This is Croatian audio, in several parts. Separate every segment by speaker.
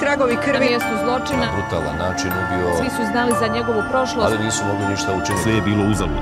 Speaker 1: tragovi
Speaker 2: Na
Speaker 1: krvi.
Speaker 2: mjestu zločina.
Speaker 3: brutalan način
Speaker 2: Svi
Speaker 3: ubio,
Speaker 2: su znali za njegovu prošlost.
Speaker 3: ali nisu mogli ništa učiniti.
Speaker 4: Sve je bilo uzalud.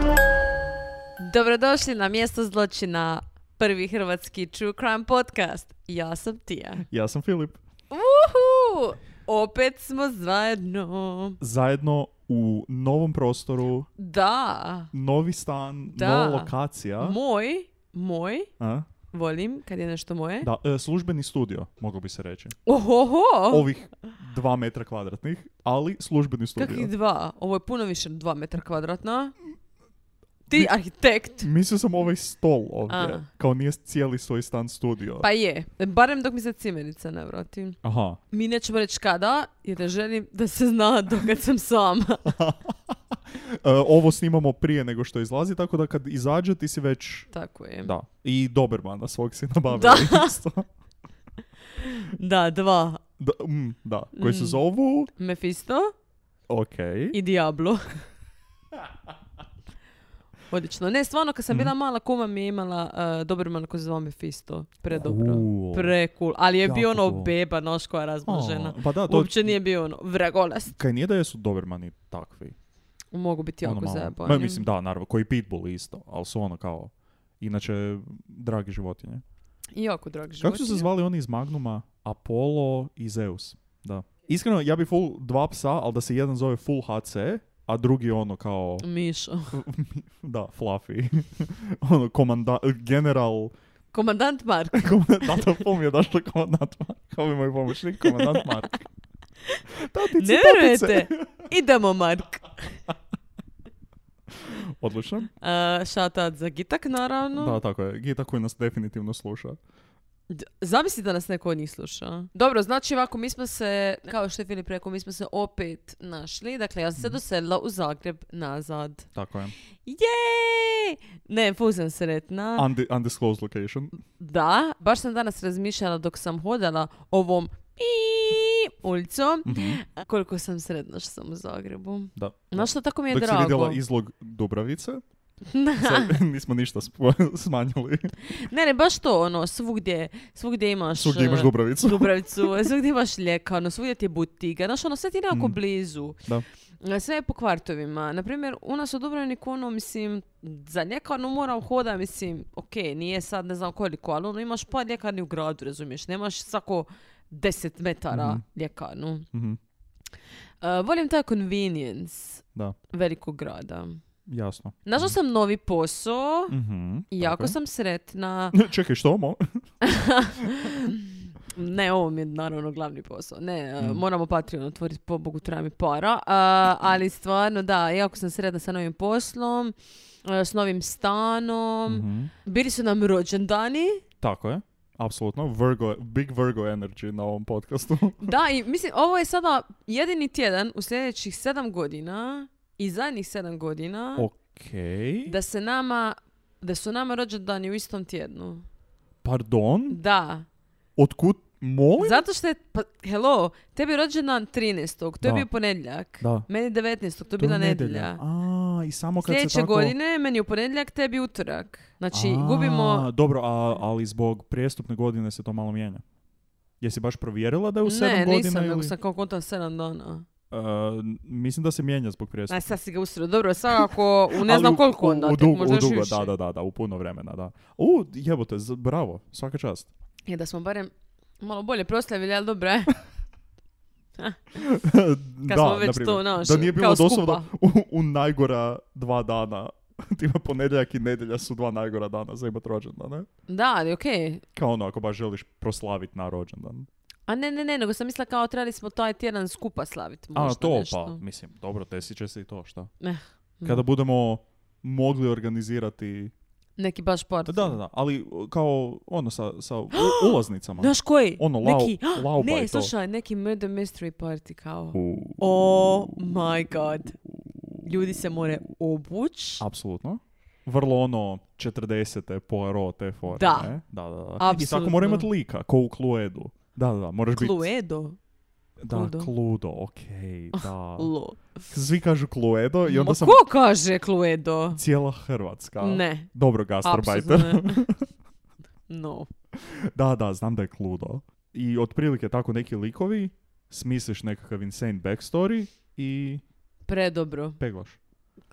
Speaker 5: Dobrodošli na mjesto zločina, prvi hrvatski true crime podcast. Ja sam Tija.
Speaker 4: Ja sam Filip.
Speaker 5: Uhu! Opet smo zajedno.
Speaker 4: Zajedno u novom prostoru,
Speaker 5: Da.
Speaker 4: novi stan,
Speaker 5: Da.
Speaker 4: nova lokacija.
Speaker 5: Moj, moj,
Speaker 4: A?
Speaker 5: volim kad je nešto moje.
Speaker 4: Da, e, službeni studio, moglo bi se reći.
Speaker 5: Ohoho!
Speaker 4: Ovih dva metra kvadratnih, ali službeni studio.
Speaker 5: Kakvih dva? Ovo je puno više od dva metra kvadratna. Ti arhitekt.
Speaker 4: Mislio sam ovaj stol ovdje,
Speaker 5: A.
Speaker 4: kao nije cijeli svoj stan studio.
Speaker 5: Pa je, barem dok mi se cimenica ne vrati.
Speaker 4: Aha.
Speaker 5: Mi nećemo reći kada, jer ne želim da se zna dokad sam sama.
Speaker 4: E, ovo snimamo prije nego što izlazi, tako da kad izađe ti si već...
Speaker 5: Tako je.
Speaker 4: Da. I Dobermana svog si nabavio
Speaker 5: Da.
Speaker 4: isto.
Speaker 5: da dva.
Speaker 4: Da, mm, da. Koji se
Speaker 5: Mm.
Speaker 4: zovu...
Speaker 5: Mephisto
Speaker 4: Okej.
Speaker 5: i Diablo. Odlično. Ne, stvarno, kad sam bila
Speaker 4: Mhm.
Speaker 5: mala, kuma mi je imala uh, Doberman koji se zvao Mephisto. Predobro.
Speaker 4: Cool.
Speaker 5: Pre-cool. Ali je bio
Speaker 4: Jako
Speaker 5: ono
Speaker 4: cool.
Speaker 5: beba, noš koja je razmožena.
Speaker 4: A, Pa da, to...
Speaker 5: Uopće nije bio ono vragolast.
Speaker 4: Kaj nije da jesu Dobermani takvi.
Speaker 5: Mogu biti
Speaker 4: ono
Speaker 5: jako
Speaker 4: malo-
Speaker 5: zajebani.
Speaker 4: Ma, mislim, da, naravno, koji Pitbull isto, ali su ono kao... Inače, dragi životinje.
Speaker 5: Jako drag život.
Speaker 4: Kako su se zvali oni iz Magnuma? Apollo i Zeus. Da. Iskreno, ja bi full dva psa, ali da se jedan zove Full HC, a drugi ono kao...
Speaker 5: Mišo.
Speaker 4: Da, Fluffy. ono, komanda, general...
Speaker 5: Komandant Mark.
Speaker 4: Komandant, da, pol mi je došlo komandant Mark. Kao bi moj pomoćnik, komandant Mark. Tatice,
Speaker 5: Ne
Speaker 4: tatice.
Speaker 5: vjerujete? Idemo Mark.
Speaker 4: Odlično.
Speaker 5: Uh, shout out za Gitak, naravno.
Speaker 4: Da, tako je. Gita koji nas definitivno sluša.
Speaker 5: D- Zamisli da nas neko od njih sluša. Dobro, znači ovako, mi smo se, kao što je Filip rekao, mi smo se opet našli. Dakle, ja sam se doselila u Zagreb nazad.
Speaker 4: Tako je.
Speaker 5: Jej! Ne, ful sam sretna.
Speaker 4: Undi- undisclosed location.
Speaker 5: Da, baš sam danas razmišljala dok sam hodala ovom i ulicom. Koliko sam sretna što sam u Zagrebu.
Speaker 4: Mhm, Da.
Speaker 5: Znaš što, tako mi je
Speaker 4: Dok si
Speaker 5: drago.
Speaker 4: vidjela izlog Dubravice, sad nismo ništa sp- smanjili.
Speaker 5: Ne, ne, baš to, ono, svugdje, svugdje imaš...
Speaker 4: Svugdje imaš
Speaker 5: e,
Speaker 4: Dubravicu.
Speaker 5: Dubravicu, svugdje E, imaš ljekano, svugdje ti je butiga, znaš ono, sve ti je nekako
Speaker 4: Mhm.
Speaker 5: blizu.
Speaker 4: Da.
Speaker 5: E, Sve je po kvartovima. Naprimjer, u nas u Dubrovniku, ono, mislim, za ljekanu moram hoda, mislim, ok, nije sad ne znam koliko, ali ono, imaš pa ljekarni u gradu, razumiješ, nemaš svako 10 metara
Speaker 4: Mhm.
Speaker 5: ljekanu.
Speaker 4: Mhm,
Speaker 5: E, volim taj convenience
Speaker 4: Da, Mhm.
Speaker 5: velikog grada.
Speaker 4: jasno.
Speaker 5: Našla sam novi posao,
Speaker 4: Mhm,
Speaker 5: i
Speaker 4: tako
Speaker 5: jako
Speaker 4: je.
Speaker 5: sam sretna.
Speaker 4: Čekaj, što mo?
Speaker 5: Ne, ovo mi je naravno glavni posao. Ne, e,
Speaker 4: Mm.
Speaker 5: moramo Patreon otvoriti, pobogu treba mi para. A, ali stvarno, da, jako sam sredna sa novim poslom, e, s novim stanom.
Speaker 4: Mhm,
Speaker 5: Bili su nam rođendani.
Speaker 4: Tako je. Apsolutno. Virgo, big Virgo energy na ovom podcastu.
Speaker 5: Da, i mislim, ovo je sada jedini tjedan u sljedećih sedam godina i zadnjih sedam godina
Speaker 4: Okej.
Speaker 5: da se nama da su nama rođendani u istom
Speaker 4: Mm.
Speaker 5: tjednu.
Speaker 4: Pardon?
Speaker 5: Da.
Speaker 4: Otkud? Molim?
Speaker 5: Zato što je, pa, hello, tebi je rođendan 13. To
Speaker 4: Da.
Speaker 5: je bio ponedjeljak.
Speaker 4: Da.
Speaker 5: Meni 19. To je
Speaker 4: To je
Speaker 5: bila
Speaker 4: nedjelja.
Speaker 5: nedjelja.
Speaker 4: A, i samo kad se
Speaker 5: Sljedeće
Speaker 4: tako...
Speaker 5: godine meni u ponedjeljak, tebi utorak. Znači,
Speaker 4: A,
Speaker 5: gubimo...
Speaker 4: Dobro, a, ali zbog prijestupne godine se to malo mijenja. Jesi baš provjerila da je u sedam
Speaker 5: Ne,
Speaker 4: godina
Speaker 5: nisam,
Speaker 4: ili...
Speaker 5: nego sam kao kontao sedam dana.
Speaker 4: E, mislim da se mijenja zbog prijestupne.
Speaker 5: A sad si ga usro. Dobro, svakako u ne
Speaker 4: Ali
Speaker 5: znam
Speaker 4: u-
Speaker 5: koliko
Speaker 4: u-
Speaker 5: onda,
Speaker 4: U
Speaker 5: tek
Speaker 4: dugo,
Speaker 5: možda
Speaker 4: u
Speaker 5: još
Speaker 4: dugo,
Speaker 5: više.
Speaker 4: da, da, da, da, u puno vremena, da. U, jebote, z- bravo, svaka čast.
Speaker 5: Je da smo barem malo bolje proslavili, ali dobro je.
Speaker 4: da,
Speaker 5: Kad smo već
Speaker 4: naprimjer.
Speaker 5: to, znaš,
Speaker 4: Da nije bilo
Speaker 5: kao
Speaker 4: doslovno u, u najgora dva dana. Tima ponedjeljak i nedjelja su dva najgora dana za imat rođendan, ne?
Speaker 5: Da, ali okej.
Speaker 4: Kao ono, ako baš želiš proslavit na rođendan.
Speaker 5: A ne, ne, ne, nego sam mislila kao trebali smo taj tjedan skupa slaviti. Možda
Speaker 4: A, to pa,
Speaker 5: nešto.
Speaker 4: mislim, dobro, desit će se i to, šta?
Speaker 5: Eh,
Speaker 4: Kada budemo mogli organizirati...
Speaker 5: Neki baš part.
Speaker 4: Da, da, da, ali kao ono sa, sa u- ulaznicama.
Speaker 5: Znaš koji?
Speaker 4: Ono, lau,
Speaker 5: neki,
Speaker 4: lauba i
Speaker 5: ne,
Speaker 4: to.
Speaker 5: slušaj, neki murder mystery party kao.
Speaker 4: U,
Speaker 5: Oh my god. Ljudi se more obuć.
Speaker 4: Apsolutno. Vrlo ono 40. Poirot te forme.
Speaker 5: Da.
Speaker 4: ne? Da, da, da. I
Speaker 5: Apsolutno.
Speaker 4: svako mora imati lika, ko u Cluedu. Da, da, da, moraš biti...
Speaker 5: Cluedo.
Speaker 4: Da,
Speaker 5: Cluedo.
Speaker 4: Cluedo, okej, da.
Speaker 5: Lo.
Speaker 4: Svi kažu Cluedo i onda
Speaker 5: Ma
Speaker 4: sam
Speaker 5: ko kaže Cluedo?
Speaker 4: cijela Hrvatska.
Speaker 5: Ne.
Speaker 4: Dobro,
Speaker 5: Apsolutno
Speaker 4: gastarbajter.
Speaker 5: ne. No.
Speaker 4: da, da, znam da je Cluedo. I otprilike tako neki likovi smisliš nekakav insane backstory i
Speaker 5: Predobro.
Speaker 4: peglaš.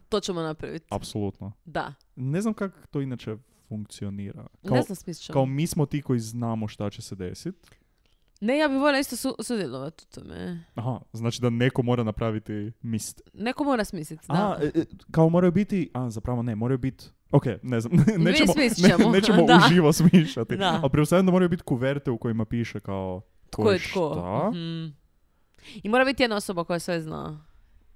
Speaker 5: To ćemo napraviti.
Speaker 4: Apsolutno.
Speaker 5: Da.
Speaker 4: Ne znam kako to inače funkcionira. Kao,
Speaker 5: ne znam smislit ćemo.
Speaker 4: kao mi smo ti koji znamo šta će se desiti.
Speaker 5: Ne, ja bi voljela isto su, sudjelovati u tome.
Speaker 4: Aha, znači da neko mora napraviti mist.
Speaker 5: Neko mora smisliti, da.
Speaker 4: A, e, e, kao moraju biti, a zapravo ne, moraju biti, ok, ne znam, nećemo,
Speaker 5: smislit ćemo,
Speaker 4: nećemo
Speaker 5: da.
Speaker 4: uživo smišljati.
Speaker 5: Da.
Speaker 4: Ali pretpostavljam da moraju biti kuverte u kojima piše kao tko,
Speaker 5: Ko
Speaker 4: je
Speaker 5: je tko?
Speaker 4: šta.
Speaker 5: Mhm. I mora biti jedna osoba koja sve zna.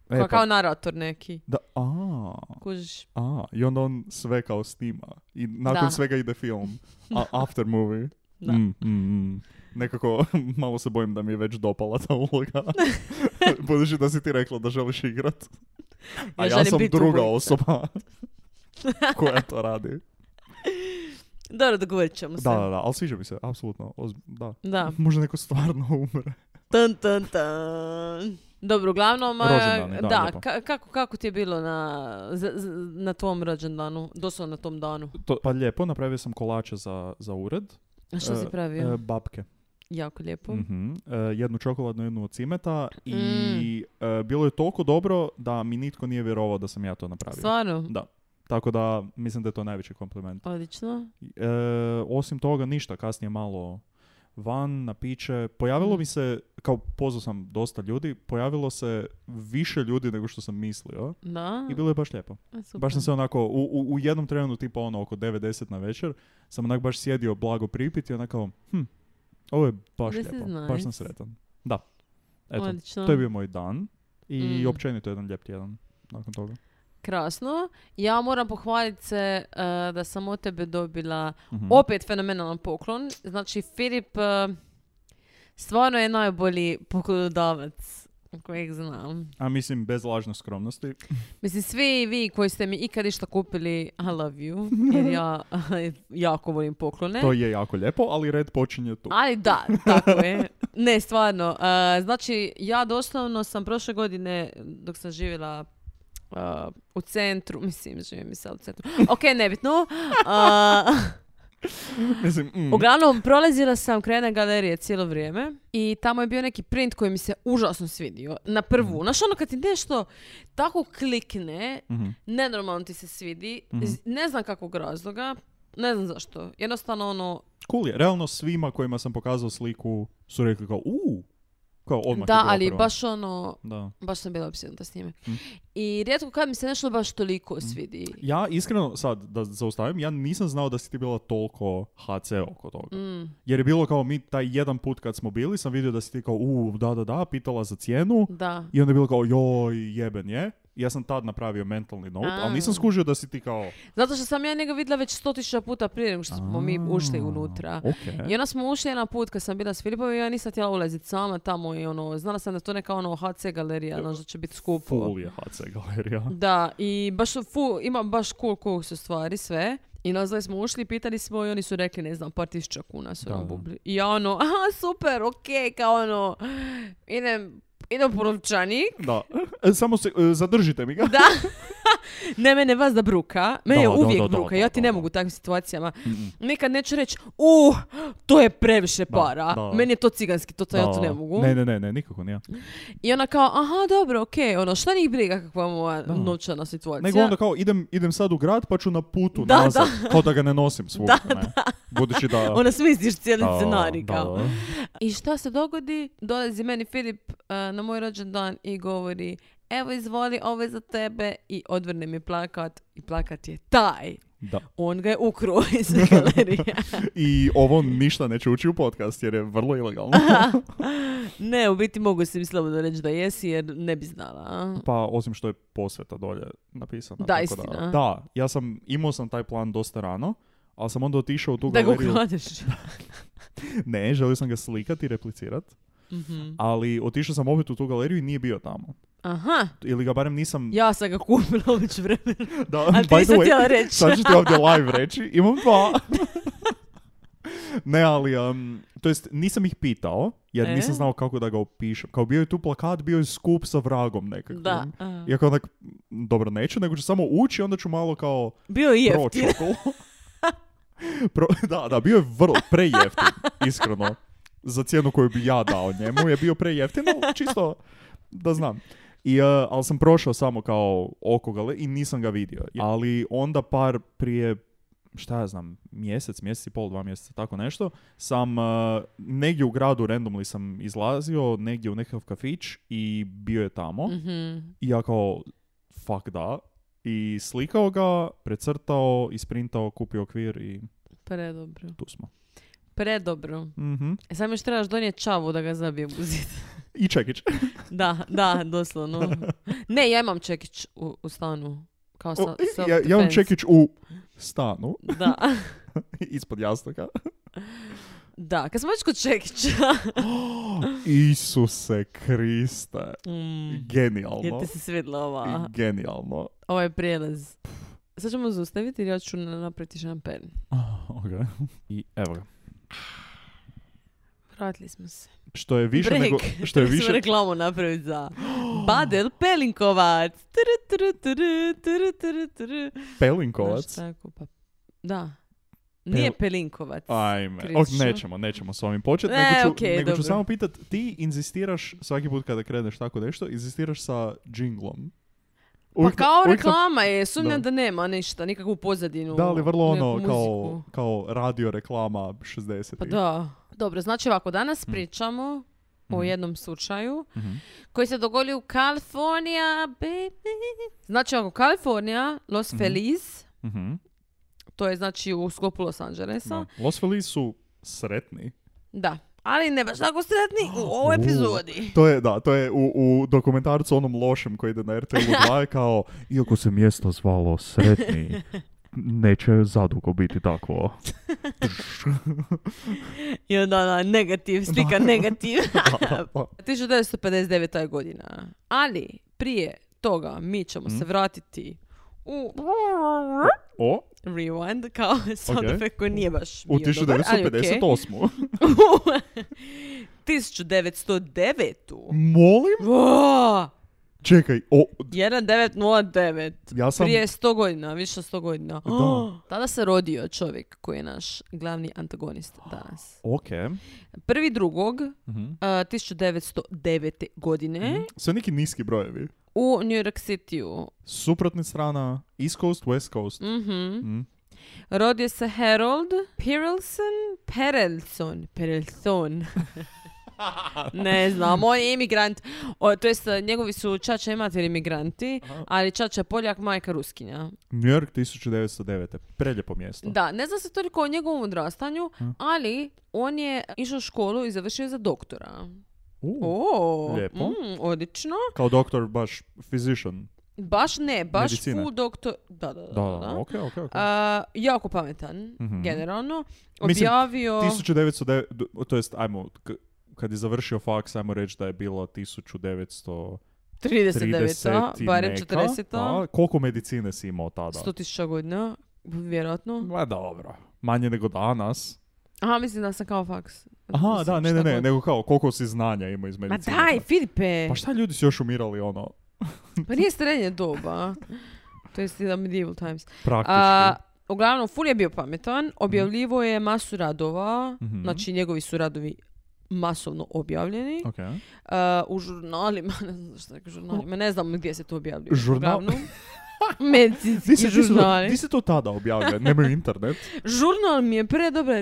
Speaker 4: E,
Speaker 5: Koja
Speaker 4: pa-
Speaker 5: kao narator neki.
Speaker 4: Da, a,
Speaker 5: Kužiš.
Speaker 4: a, i onda on sve kao snima. I nakon
Speaker 5: Da.
Speaker 4: svega ide film. A, after movie.
Speaker 5: Da.
Speaker 4: Mm, mm, mm. Nekako, malo se bojim da mi je već dopala ta uloga. Budući da si ti rekla da želiš igrat. A ja,
Speaker 5: želim
Speaker 4: sam
Speaker 5: biti
Speaker 4: druga
Speaker 5: ubojica.
Speaker 4: osoba koja to radi.
Speaker 5: Dobro, dogovorit ćemo se.
Speaker 4: Da, da, da, ali sviđa mi se, apsolutno. Oz- da.
Speaker 5: Da.
Speaker 4: Možda neko stvarno umre.
Speaker 5: Tan, tan, tan. Dobro, uglavnom, a,
Speaker 4: Rođendani, da,
Speaker 5: da
Speaker 4: lijepo.
Speaker 5: ka- kako, kako ti je bilo na, z- z- na tvom rođendanu, doslovno na tom danu?
Speaker 4: pa lijepo, napravio sam kolače za, za ured.
Speaker 5: A što
Speaker 4: E,
Speaker 5: si pravio?
Speaker 4: e, babke.
Speaker 5: jako lijepo.
Speaker 4: Mhm. E, jednu čokoladnu, jednu od cimeta. I e, bilo je toliko dobro da mi nitko nije vjerovao da sam ja to napravio.
Speaker 5: Stvarno?
Speaker 4: Da. Tako da mislim da je to najveći kompliment.
Speaker 5: Odlično.
Speaker 4: E, osim toga ništa, kasnije malo van, na piće. Pojavilo
Speaker 5: Mm.
Speaker 4: mi se, kao pozvao sam dosta ljudi, pojavilo se više ljudi nego što sam mislio.
Speaker 5: Da.
Speaker 4: I bilo je baš lijepo.
Speaker 5: A, super.
Speaker 4: Baš sam se onako, u, u, u jednom trenu tipa ono oko 90 na večer, sam onak baš sjedio blago pripit i onako, hm, ovo je baš
Speaker 5: This is
Speaker 4: lijepo,
Speaker 5: nice.
Speaker 4: baš sam sretan. Da, eto,
Speaker 5: Odlično.
Speaker 4: to je bio moj dan i
Speaker 5: Mm.
Speaker 4: općenito jedan lijep tjedan nakon toga.
Speaker 5: Krasno. Ja moram pohvaliti se e, da sam od tebe dobila
Speaker 4: Mhm.
Speaker 5: opet fenomenalan poklon. Znači, Filip e, stvarno je najbolji poklonodavac kojeg znam.
Speaker 4: A mislim, bez lažne skromnosti.
Speaker 5: Mislim, svi vi koji ste mi ikad išta kupili, I love you, jer ja jako volim poklone.
Speaker 4: To je jako lijepo, ali red počinje tu.
Speaker 5: Ali da, tako je. Ne, stvarno. e, znači, ja doslovno sam prošle godine, dok sam živjela e, u centru, mislim, živim i sad u centru. Ok, nebitno. E,
Speaker 4: Mislim, mm,
Speaker 5: Uglavnom, prolazila sam kraj jedne galerije cijelo vrijeme i tamo je bio neki print koji mi se užasno svidio. Na
Speaker 4: Mm.
Speaker 5: prvu. Znaš, ono kad ti nešto tako klikne,
Speaker 4: mhm.
Speaker 5: nenormalno ti se svidi,
Speaker 4: Mhm.
Speaker 5: z- ne znam kakvog razloga, ne znam zašto. Jednostavno ono,
Speaker 4: Cool je, realno svima kojima sam pokazao sliku su rekli kao, uuu, kao odmah je
Speaker 5: da,
Speaker 4: bila
Speaker 5: ali
Speaker 4: prva.
Speaker 5: baš ono,
Speaker 4: Da.
Speaker 5: baš sam bila opsjednuta s njime.
Speaker 4: Mhm.
Speaker 5: I rijetko kad mi se nešto baš toliko svidi.
Speaker 4: Ja iskreno sad, da zaustavim, ja nisam znao da si ti bila toliko HC oko toga.
Speaker 5: Mm,
Speaker 4: Jer je bilo kao mi taj jedan put kad smo bili, sam vidio da si ti kao, u, da, da, da, pitala za cijenu.
Speaker 5: da.
Speaker 4: I onda je bilo kao, joj, jeben je. I ja sam tad napravio mentalni note, ali nisam
Speaker 5: A.
Speaker 4: skužio da si ti kao...
Speaker 5: Zato što sam ja njega vidjela već sto tisuća puta prije nego što smo mi ušli
Speaker 4: "A,
Speaker 5: unutra.
Speaker 4: okej."
Speaker 5: I onda smo ušli jedan put kad sam bila s Filipom i ja nisam htjela ulaziti sama tamo i ono, znala sam da je to neka ono HC galerija, znaš da će biti skupo.
Speaker 4: Full je HC galerija.
Speaker 5: Da, i baš su fu, ima baš cool cool su stvari sve. I nazvali smo ušli, pitali smo i oni su rekli, ne znam, par tisuća kuna su
Speaker 4: Da,
Speaker 5: nam
Speaker 4: da.
Speaker 5: bubli. I ja ono, aha, super, okej, kao ono, idem, idem po novčanik.
Speaker 4: Da. E, Samo se, e, zadržite mi ga.
Speaker 5: Ne, mene vas da bruka. Mene je
Speaker 4: Da, da,
Speaker 5: uvijek
Speaker 4: da, da,
Speaker 5: bruka.
Speaker 4: da,
Speaker 5: ja ti
Speaker 4: da,
Speaker 5: ne
Speaker 4: da.
Speaker 5: mogu u takvim situacijama.
Speaker 4: Mhm.
Speaker 5: Nikad neću reći, uh, to je previše para.
Speaker 4: da.
Speaker 5: Meni je to ciganski, to, to ja to
Speaker 4: Da.
Speaker 5: ne mogu.
Speaker 4: Ne, ne, ne, ne, nikako nije.
Speaker 5: I ona kao, aha, dobro, okej, ono, šta njih briga kakva je moja
Speaker 4: Da.
Speaker 5: novčana situacija.
Speaker 4: Nego onda kao idem, idem sad u grad pa ću na putu
Speaker 5: Da,
Speaker 4: nazad, kao da ga ne nosim svugdje. ne? Budući da...
Speaker 5: Ona smisliš cijeli
Speaker 4: da,
Speaker 5: scenarij,
Speaker 4: da,
Speaker 5: kao.
Speaker 4: da.
Speaker 5: I šta se dogodi? Dolazi meni Filip eh, na moj rođendan i govori, evo izvoli, ovo je za tebe i odvrne mi plakat i plakat je taj.
Speaker 4: Da.
Speaker 5: On ga je ukruo iz galerije.
Speaker 4: I ovo ništa neće ući u podcast jer je vrlo ilegalno.
Speaker 5: ne, u biti mogu si mi slobodno reći da jesi jer ne bi znala. a?
Speaker 4: pa osim što je posveta dolje napisana.
Speaker 5: Da,
Speaker 4: tako
Speaker 5: istina.
Speaker 4: Da, da, ja sam, imao sam taj plan dosta rano, ali sam onda otišao u tu
Speaker 5: Da ga
Speaker 4: galeriju.
Speaker 5: ukradeš.
Speaker 4: Ne, želio sam ga slikati i replicirati,
Speaker 5: Mhm.
Speaker 4: ali otišao sam opet u tu galeriju i nije bio tamo.
Speaker 5: Aha,
Speaker 4: Ili ga barem nisam...
Speaker 5: ja sam ga kupila već vremena.
Speaker 4: da,
Speaker 5: Ali ti
Speaker 4: by the
Speaker 5: nisam
Speaker 4: way,
Speaker 5: htjela reći.
Speaker 4: Sad ću ti ovdje live reći, imam dva. ne, ali, um, to jest, nisam ih pitao, jer
Speaker 5: E?
Speaker 4: nisam znao kako da ga opišem. Kao bio je tu plakat, bio je skup sa vragom nekakvim.
Speaker 5: Da. a.
Speaker 4: Iako onak, dobro, neću, nego ću samo ući, onda ću malo kao
Speaker 5: Bio je jeftin.
Speaker 4: proći okolo. Pro- da, da, bio je vrlo prejeftin, iskreno. za cijenu koju bi ja dao njemu je bio prejeftino, čisto da znam. I, uh, ali sam prošao samo kao oko ga i nisam ga vidio. Ali onda par prije šta ja znam, mjesec, mjesec i pol, dva mjeseca, tako nešto, sam uh, negdje u gradu randomly sam izlazio, negdje u nekakav kafić i bio je tamo.
Speaker 5: Mhm.
Speaker 4: I ja kao, fuck da. I slikao ga, precrtao, isprintao, kupio okvir i
Speaker 5: Predobro.
Speaker 4: tu smo.
Speaker 5: Predobro.
Speaker 4: Mhm.
Speaker 5: E sam još trebaš donijeti čavu da ga zabijem u zid.
Speaker 4: I čekić.
Speaker 5: da, da, doslovno. Ne, ja imam čekić u, u stanu. Kao sa, self
Speaker 4: ja, ja imam
Speaker 5: defense.
Speaker 4: čekić u stanu,
Speaker 5: Da,
Speaker 4: ispod jastoka.
Speaker 5: da. pač Kad smo već kod čekića.
Speaker 4: Isuse Kriste.
Speaker 5: Mm. Jer
Speaker 4: Genijalno.
Speaker 5: ti se svidla ova,
Speaker 4: Genijalno.
Speaker 5: ovaj prijelaz. Sad ćemo zaustaviti jer ja ću na- napraviti šampen.
Speaker 4: Ok. I evo ga.
Speaker 5: Vratili smo se.
Speaker 4: Što je više
Speaker 5: Break.
Speaker 4: nego... Što je
Speaker 5: Trebali smo
Speaker 4: više...
Speaker 5: reklamu napraviti za Badel Pelinkovac. Turu, turu, turu, turu, turu, turu. Znaš
Speaker 4: Pelinkovac.
Speaker 5: tako, pa- Da. Nije
Speaker 4: Pel-
Speaker 5: Pelinkovac.
Speaker 4: Ajme.
Speaker 5: Krišću.
Speaker 4: Ok, nećemo, nećemo s ovim početi.
Speaker 5: E,
Speaker 4: nego ću,
Speaker 5: okej,
Speaker 4: nego ću
Speaker 5: dobro.
Speaker 4: samo pitat, ti inzistiraš svaki put kada kreneš tako nešto, inzistiraš sa džinglom.
Speaker 5: Pa kao
Speaker 4: uvijek sam-
Speaker 5: reklama je, sumnjam
Speaker 4: Da.
Speaker 5: da. nema ništa, nikakvu pozadinu.
Speaker 4: Da, ali vrlo ono
Speaker 5: neku
Speaker 4: kao,
Speaker 5: muziku.
Speaker 4: kao radio reklama 60
Speaker 5: Pa da. Dobro, znači ovako, danas
Speaker 4: Mm.
Speaker 5: pričamo o
Speaker 4: Mm-hmm.
Speaker 5: jednom slučaju koji se dogodio u Kalifornija, baby. Znači ovako, Kalifornija, Los
Speaker 4: Mm-hmm.
Speaker 5: Feliz,
Speaker 4: Mhm,
Speaker 5: to je znači u sklopu Los Angelesa.
Speaker 4: Los Feliz su sretni.
Speaker 5: Da. Ali ne baš tako sretni u ovoj
Speaker 4: U.
Speaker 5: epizodi.
Speaker 4: To je, da, to je u, u dokumentarcu onom lošem koji ide na RTL 2 je kao, iako se mjesto zvalo sretni, neće zadugo biti takvo.
Speaker 5: I onda ona negativ, slika negativ.
Speaker 4: Da, da.
Speaker 5: 1959. je godina. Ali prije toga mi ćemo
Speaker 4: Mm.
Speaker 5: se vratiti u
Speaker 4: O,
Speaker 5: Rewind kao sound
Speaker 4: Ok.
Speaker 5: effect koji nije baš bio
Speaker 4: u
Speaker 5: dobar, ali okej.
Speaker 4: 1958.
Speaker 5: 1909.
Speaker 4: Molim?
Speaker 5: Wow!
Speaker 4: Čekaj, o,
Speaker 5: 1909.
Speaker 4: ja sam...
Speaker 5: Prije 100 godina, više od 100 godina.
Speaker 4: Da.
Speaker 5: Tada se rodio čovjek koji je naš glavni antagonist danas.
Speaker 4: Ok.
Speaker 5: Prvi drugog,
Speaker 4: Mhm.
Speaker 5: a, 1909. godine
Speaker 4: Sve neki niski brojevi.
Speaker 5: u New York City-u.
Speaker 4: Suprotna strana, East Coast, West Coast.
Speaker 5: Mhm.
Speaker 4: Mhm.
Speaker 5: Rodio se Harold Perelson, Perelson, Perelson. ne znam, on je imigrant, o, to jest njegovi su čača i mater imigranti, ali čača je Poljak, majka Ruskinja.
Speaker 4: New York 1909. Preljepo mjesto.
Speaker 5: Da, ne zna se toliko o njegovom odrastanju, ali on je išao u školu i završio je za doktora.
Speaker 4: U,
Speaker 5: O,
Speaker 4: Lijepo.
Speaker 5: mm, odlično.
Speaker 4: Kao doktor, baš physician.
Speaker 5: Baš ne, baš
Speaker 4: Medicine.
Speaker 5: full doktor. Da, da, da.
Speaker 4: Da,
Speaker 5: da, da.
Speaker 4: da, ok, ok, ok.
Speaker 5: A, jako pametan,
Speaker 4: Mhm.
Speaker 5: generalno.
Speaker 4: Mislim,
Speaker 5: Objavio...
Speaker 4: 1909, d- to jest, ajmo, k- kad je završio faks, ajmo reći da je bilo 1939.
Speaker 5: 39. barem 40.
Speaker 4: Da, koliko medicine si imao tada?
Speaker 5: 100 tisuća godina, vjerojatno.
Speaker 4: Ma dobro. Manje nego danas.
Speaker 5: Aha, mislim da sam kao faks.
Speaker 4: Aha,
Speaker 5: Mislim,
Speaker 4: da, ne,
Speaker 5: šta
Speaker 4: ne, ne,
Speaker 5: god.
Speaker 4: nego kao koliko si znanja imao iz
Speaker 5: Ma
Speaker 4: medicine.
Speaker 5: daj,
Speaker 4: Pa-
Speaker 5: Filipe!
Speaker 4: Pa šta ljudi su još umirali, ono,
Speaker 5: Pa nije srednje doba. to jest jedan medieval times.
Speaker 4: praktički.
Speaker 5: A, uglavnom, ful je bio pametan. Objavljivo je masu radova.
Speaker 4: Mhm.
Speaker 5: Znači, njegovi su radovi masovno objavljeni.
Speaker 4: Ok.
Speaker 5: A, u Eh, žurnalima, ne znam šta je žurnalima, ne znam gdje se to objavljuje.
Speaker 4: Žurnal-
Speaker 5: Uglavnom, medicinski
Speaker 4: Di se, di se to,
Speaker 5: žurnali.
Speaker 4: di se to tada objavlja? Nemaju internet.
Speaker 5: Žurnal mi je predobra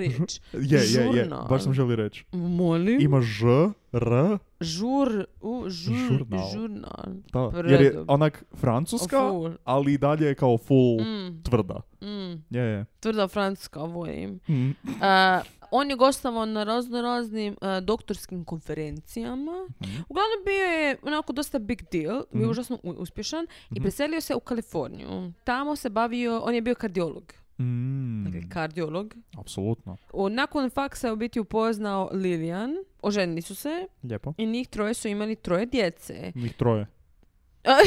Speaker 4: Mhm.
Speaker 5: riječ.
Speaker 4: Je, je, je.
Speaker 5: Žurnal.
Speaker 4: Baš sam želi reći.
Speaker 5: Molim.
Speaker 4: Ima ž, r,
Speaker 5: Žur, u, žur,
Speaker 4: Žurnal.
Speaker 5: žurnal.
Speaker 4: da.
Speaker 5: Predo-
Speaker 4: Jer je onak francuska,
Speaker 5: O, ful.
Speaker 4: ali i dalje je kao full
Speaker 5: Mm,
Speaker 4: tvrda.
Speaker 5: mm,
Speaker 4: Je, je.
Speaker 5: tvrda francuska, volim.
Speaker 4: Mm.
Speaker 5: A, on je gostovao na razno raznim a, doktorskim konferencijama.
Speaker 4: Mhm.
Speaker 5: Uglavnom bio je onako dosta big deal, bio je užasno u- uspješan
Speaker 4: Mhm.
Speaker 5: i preselio se u Kaliforniju. Tamo se bavio, on je bio kardiolog.
Speaker 4: Mm,
Speaker 5: Dakle, kardiolog.
Speaker 4: apsolutno.
Speaker 5: O, nakon faksa je u biti upoznao Lilian, oženili su se
Speaker 4: Lijepo.
Speaker 5: i njih troje su imali troje djece.
Speaker 4: Njih troje.
Speaker 5: Aj.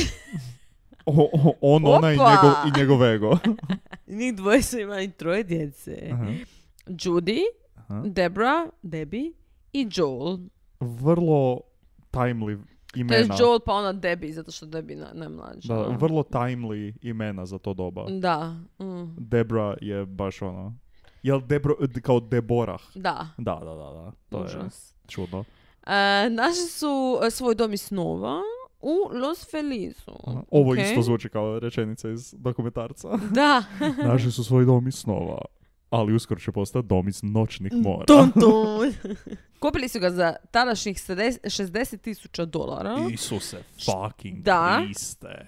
Speaker 4: O, o, on, ona i
Speaker 5: Opa!
Speaker 4: njegov, i njegov ego.
Speaker 5: Njih dvoje su imali troje djece.
Speaker 4: Aha.
Speaker 5: Judy,
Speaker 4: Aha.
Speaker 5: Debra, Debbie i Joel.
Speaker 4: Vrlo timely
Speaker 5: To je
Speaker 4: imena.
Speaker 5: Joel pa ona Debbie, zato što Debbie na, najmlađa.
Speaker 4: Da, vrlo timely imena za to doba.
Speaker 5: Da. mm.
Speaker 4: Debra je baš ono... Jel Debro, kao Deborah?
Speaker 5: Da.
Speaker 4: Da, da, da, da. To je
Speaker 5: Užas.
Speaker 4: čudno.
Speaker 5: E, našli su e, svoj dom i snova u Los Felizu.
Speaker 4: Aha. Ovo
Speaker 5: Ok.
Speaker 4: isto zvuči kao rečenica iz dokumentarca.
Speaker 5: Da.
Speaker 4: Našli su svoj dom iz snova, ali uskoro će postati dom iz noćnih
Speaker 5: Mm,
Speaker 4: mora.
Speaker 5: Tum, tum. Kupili su ga za tadašnjih 60 tisuća dolara.
Speaker 4: Isuse fucking
Speaker 5: Da.
Speaker 4: Kriste.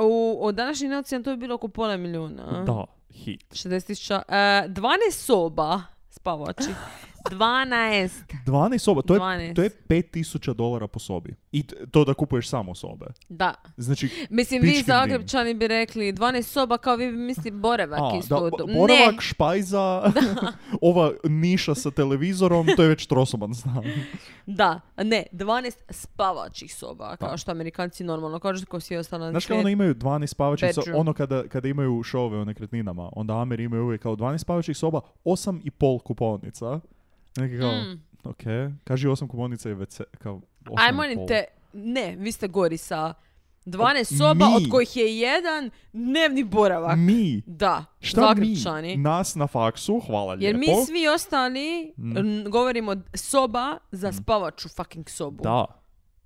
Speaker 5: U, od današnjih novcima to je bilo oko pola milijuna.
Speaker 4: Da, hit.
Speaker 5: 60 tisuća. E, 12 soba spavači. 12.
Speaker 4: 12 soba, to je,
Speaker 5: 12.
Speaker 4: to je 5000 dolara po sobi. I t- to da kupuješ samo sobe.
Speaker 5: Da.
Speaker 4: Znači,
Speaker 5: Mislim,
Speaker 4: Pičkin
Speaker 5: vi
Speaker 4: dim.
Speaker 5: Zagrebčani bi rekli 12 soba kao vi bi mislili boravak
Speaker 4: a,
Speaker 5: Pa isto.
Speaker 4: da,
Speaker 5: od-
Speaker 4: bo-
Speaker 5: Ne.
Speaker 4: boravak, špajza, ova niša sa televizorom, to je već trosoban stan.
Speaker 5: Da, ne, 12 spavačih soba, kao što amerikanci normalno kažu, kao svi ostalo na
Speaker 4: Znaš kao ono imaju 12 spavačih soba,
Speaker 5: Bedroom.
Speaker 4: ono kada, kada imaju šove o nekretninama, onda Ameri imaju uvijek kao 12 spavačih soba, 8 i pol kupovnica. Neki kao,
Speaker 5: Mm.
Speaker 4: ok, kaži 8 kupovnica i WC, kao 8
Speaker 5: Aj, molim te, ne, vi ste gori sa 12
Speaker 4: Od-
Speaker 5: soba,
Speaker 4: mi.
Speaker 5: od kojih je jedan dnevni boravak.
Speaker 4: Mi,
Speaker 5: Da,
Speaker 4: šta
Speaker 5: Zagrebčani.
Speaker 4: mi, nas na faksu, hvala
Speaker 5: Jer mi
Speaker 4: lijepo. Mm.
Speaker 5: svi ostali n- govorimo d- soba za spavaču fucking sobu.
Speaker 4: Da,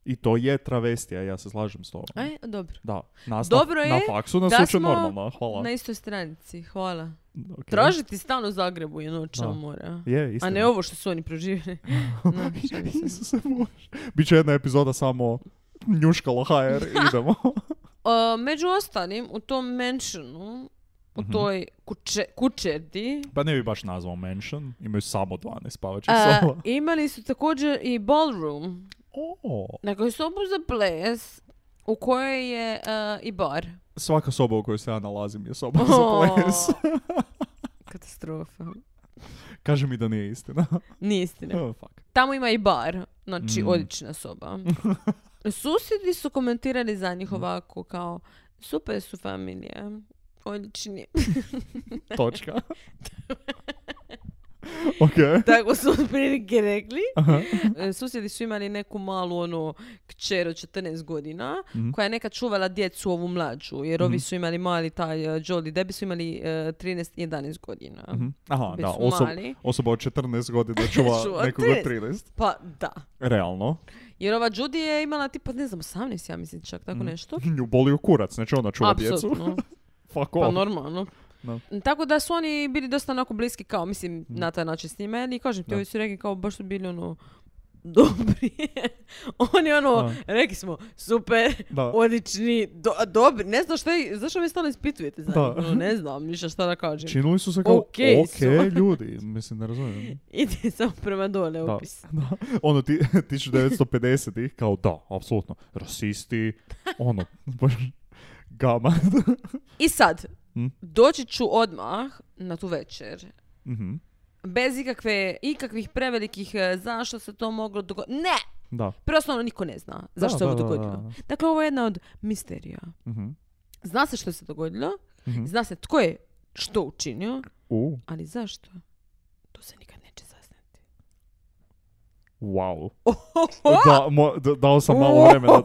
Speaker 4: i to je travestija, ja se slažem s tobom.
Speaker 5: E, dobro.
Speaker 4: Da, nas
Speaker 5: Dobro
Speaker 4: na,
Speaker 5: je
Speaker 4: na faksu nas
Speaker 5: da
Speaker 4: uče
Speaker 5: smo
Speaker 4: normalno, hvala.
Speaker 5: Na istoj stranici, hvala.
Speaker 4: Ok.
Speaker 5: Tražiti stan u Zagrebu je noć
Speaker 4: Da.
Speaker 5: mora.
Speaker 4: Je,
Speaker 5: A
Speaker 4: istina.
Speaker 5: ne ovo što su oni proživjeli. No, šalim se.
Speaker 4: Isuse Bože. Biće jedna epizoda samo njuškalo HR, idemo.
Speaker 5: E, među ostalim, u tom mansionu, u
Speaker 4: Mhm.
Speaker 5: toj kuće, kućerdi,
Speaker 4: pa ne bi baš nazvao mansion, imaju samo 12 spavačih
Speaker 5: e,
Speaker 4: soba.
Speaker 5: imali su također i ballroom,
Speaker 4: O,
Speaker 5: dakle sobu za ples, u kojoj je e, i bar.
Speaker 4: svaka soba u kojoj se ja nalazim je soba za ples.
Speaker 5: O, Katastrofa.
Speaker 4: Kaže mi da nije istina.
Speaker 5: Nije istina.
Speaker 4: Oh, fuck.
Speaker 5: Tamo ima i bar, znači
Speaker 4: Mm.
Speaker 5: odlična soba. Susjedi su komentirali za njih ovako kao, super su familije, odlični.
Speaker 4: Točka. ok.
Speaker 5: Tako su otprilike rekli.
Speaker 4: Aha.
Speaker 5: E, Susjedi su imali neku malu ono kćer od 14 godina
Speaker 4: Mhm.
Speaker 5: koja je nekad čuvala djecu ovu mlađu jer ovi su imali mali taj e, Jolly i Debbie su imali e, 13 i 11 godina.
Speaker 4: Mhm. Aha,
Speaker 5: Bili
Speaker 4: da,
Speaker 5: su
Speaker 4: osob,
Speaker 5: mali.
Speaker 4: osoba od 14 godina čuva
Speaker 5: Čuva
Speaker 4: nekog od
Speaker 5: 13.
Speaker 4: 13.
Speaker 5: Pa da.
Speaker 4: Realno.
Speaker 5: Jer ova Judy je imala tipa ne znam 18 ja mislim čak tako nešto.
Speaker 4: Nju boli u kurac, znači ona čuva djecu.
Speaker 5: Apsolutno.
Speaker 4: Fuck
Speaker 5: Pa
Speaker 4: off.
Speaker 5: normalno.
Speaker 4: Da.
Speaker 5: Tako da su oni bili dosta onako bliski kao mislim na taj način s njima i kažem ti
Speaker 4: Da.
Speaker 5: ovi su rekli kao baš su bili ono dobri. oni ono, rekli smo, super,
Speaker 4: Da.
Speaker 5: odlični, do, dobri, ne znam šta, je- zašto vi stalno ispitujete za
Speaker 4: Da.
Speaker 5: njih, ono, ne znam više šta da kažem.
Speaker 4: Činili su se kao, ok,
Speaker 5: Okej su.
Speaker 4: ljudi, mislim, ne razumijem.
Speaker 5: Ide samo prema dole
Speaker 4: Da,
Speaker 5: upis.
Speaker 4: da. Ono, ti, 1950-ih, kao da, apsolutno, rasisti, ono, baš gama.
Speaker 5: I sad,
Speaker 4: Mm.
Speaker 5: doći ću odmah na tu večer.
Speaker 4: Mhm,
Speaker 5: Bez ikakve, ikakvih prevelikih e, zašto se to moglo dogoditi. Ne!
Speaker 4: da.
Speaker 5: Prosto ono niko ne zna zašto
Speaker 4: Da,
Speaker 5: se ovo
Speaker 4: da, da,
Speaker 5: dogodilo.
Speaker 4: da,
Speaker 5: Dakle, ovo je jedna od misterija.
Speaker 4: mhm,
Speaker 5: Zna se što se dogodilo,
Speaker 4: mhm.
Speaker 5: zna se tko je što učinio,
Speaker 4: U,
Speaker 5: ali zašto? To se nikad neće saznati.
Speaker 4: wow. Da, mo- da- dao sam malo vremena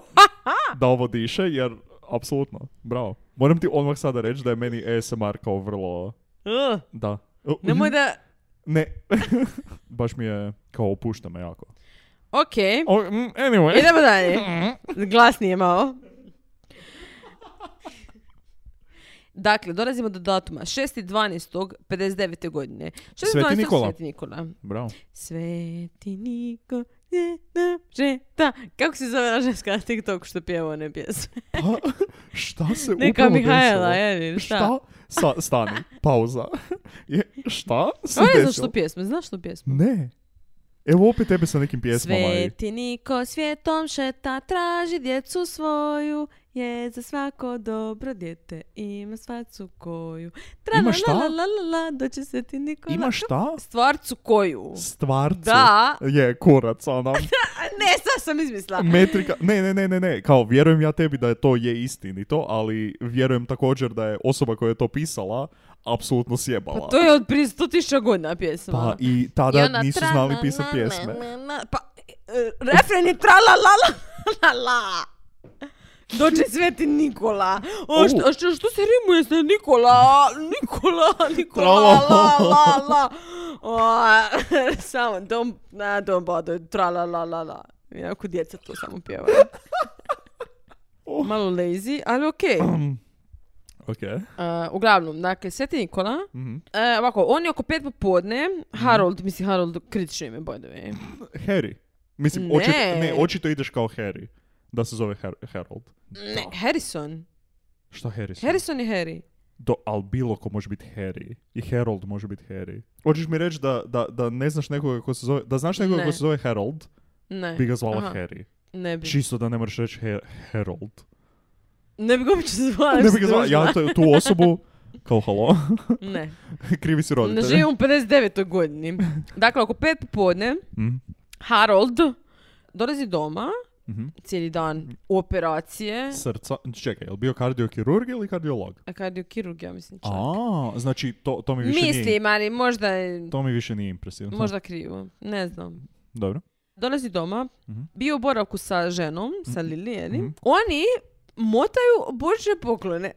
Speaker 4: da ovo diše, jer, apsolutno, bravo. Moram ti odmah sada reći da je meni ASMR kao vrlo,
Speaker 5: Uh,
Speaker 4: da.
Speaker 5: nemoj da...
Speaker 4: Ne. Baš mi je, kao opušta me jako.
Speaker 5: Ok,
Speaker 4: O, mm, anyway.
Speaker 5: idemo dalje. Glasnije malo. Dakle, dolazimo do datuma 6.12.59. godine. 6.12.
Speaker 4: Sveti Nikola.
Speaker 5: Sveti Nikola.
Speaker 4: Bravo.
Speaker 5: Sveti Niko je nam žeta. Kako se zove ona ženska na TikToku što pjeva one pjesme?
Speaker 4: Pa, šta se
Speaker 5: Neka
Speaker 4: upravo
Speaker 5: Mihajla,
Speaker 4: desilo?
Speaker 5: je li?
Speaker 4: Šta? Sa, stani, pauza. Je, šta se
Speaker 5: Ona ne
Speaker 4: desilo?
Speaker 5: znaš tu pjesmu, znaš tu pjesmu?
Speaker 4: Ne. Evo opet tebe sa nekim pjesmama. i-
Speaker 5: Sveti Niko svijetom šeta, traži djecu svoju, je za svako dobro djete, ima svacu koju. Tra
Speaker 4: Ima
Speaker 5: la
Speaker 4: šta?
Speaker 5: la la la la, doće Sveti Nikola.
Speaker 4: Ima šta?
Speaker 5: Stvarcu koju.
Speaker 4: Stvarcu.
Speaker 5: Da.
Speaker 4: Je, kurac, ona.
Speaker 5: A ne, sad sam izmislila.
Speaker 4: Metrika. Ne, ne, ne, ne, ne. Kao, vjerujem ja tebi da je to je istinito, ali vjerujem također da je osoba koja je to pisala apsolutno sjebala.
Speaker 5: Pa to je od prije 100.000 godina pjesma.
Speaker 4: Pa i
Speaker 5: I
Speaker 4: tada
Speaker 5: ona
Speaker 4: nisu
Speaker 5: tra
Speaker 4: znali
Speaker 5: la
Speaker 4: pisati
Speaker 5: la
Speaker 4: pjesme.
Speaker 5: la la la. Pa, e, refren je tra la la la la la. Dođe Sveti Nikola.
Speaker 4: O.
Speaker 5: O, što, što, što se rimuje sa Nikola? Nikola, Nikola,
Speaker 4: Tralala.
Speaker 5: la, la, la. O, samo, don't, na, don't bother, tra, la, la, la, la. Iako djeca to samo pjevaju.
Speaker 4: Oh.
Speaker 5: Malo lazy, ali okej.
Speaker 4: Ok.
Speaker 5: E, uglavnom, dakle, Sveti Nikola,
Speaker 4: Mhm.
Speaker 5: e, ovako, on je oko pet popodne, Harold, mislim Harold, kritično ime, by the way.
Speaker 4: Harry. Mislim,
Speaker 5: Ne.
Speaker 4: očito, ne, očito ideš kao Harry. Da se zove Her- Harold.
Speaker 5: Ne, Harrison.
Speaker 4: Šta Harry? sam?
Speaker 5: Harrison je Harry.
Speaker 4: Do, al bilo ko može biti Harry. I Harold može biti Harry. Hoćeš mi reći da, da, da ne znaš nekoga ko se zove... Da znaš nekoga
Speaker 5: Ne.
Speaker 4: ko se zove Harold,
Speaker 5: Ne,
Speaker 4: bi ga zvala
Speaker 5: Aha.
Speaker 4: Harry.
Speaker 5: ne bi.
Speaker 4: Čisto da ne moraš reći He- Harold.
Speaker 5: Ne bi ga uopće zvala.
Speaker 4: Ne bi ga zvala... Ja to- tu osobu... Kao halo,
Speaker 5: Ne.
Speaker 4: krivi si
Speaker 5: Ne
Speaker 4: roditelj.
Speaker 5: živim u 59. godini. Dakle, oko pet popodne,
Speaker 4: Mm.
Speaker 5: Harold dolazi doma,
Speaker 4: Mhm.
Speaker 5: cijeli dan u operacije,
Speaker 4: Srca... Čekaj, je li bio kardiokirurg ili kardiolog?
Speaker 5: a kardiokirurg, ja mislim čak.
Speaker 4: A, znači to, to mi više nije...
Speaker 5: Mislim, ali možda, je-
Speaker 4: To mi više nije impresivno.
Speaker 5: možda krivo, ne znam.
Speaker 4: Dobro.
Speaker 5: Dolazi doma,
Speaker 4: Mhm.
Speaker 5: bio u boravku sa ženom, sa Lili, je li?
Speaker 4: Mhm.
Speaker 5: Oni motaju božje poklone.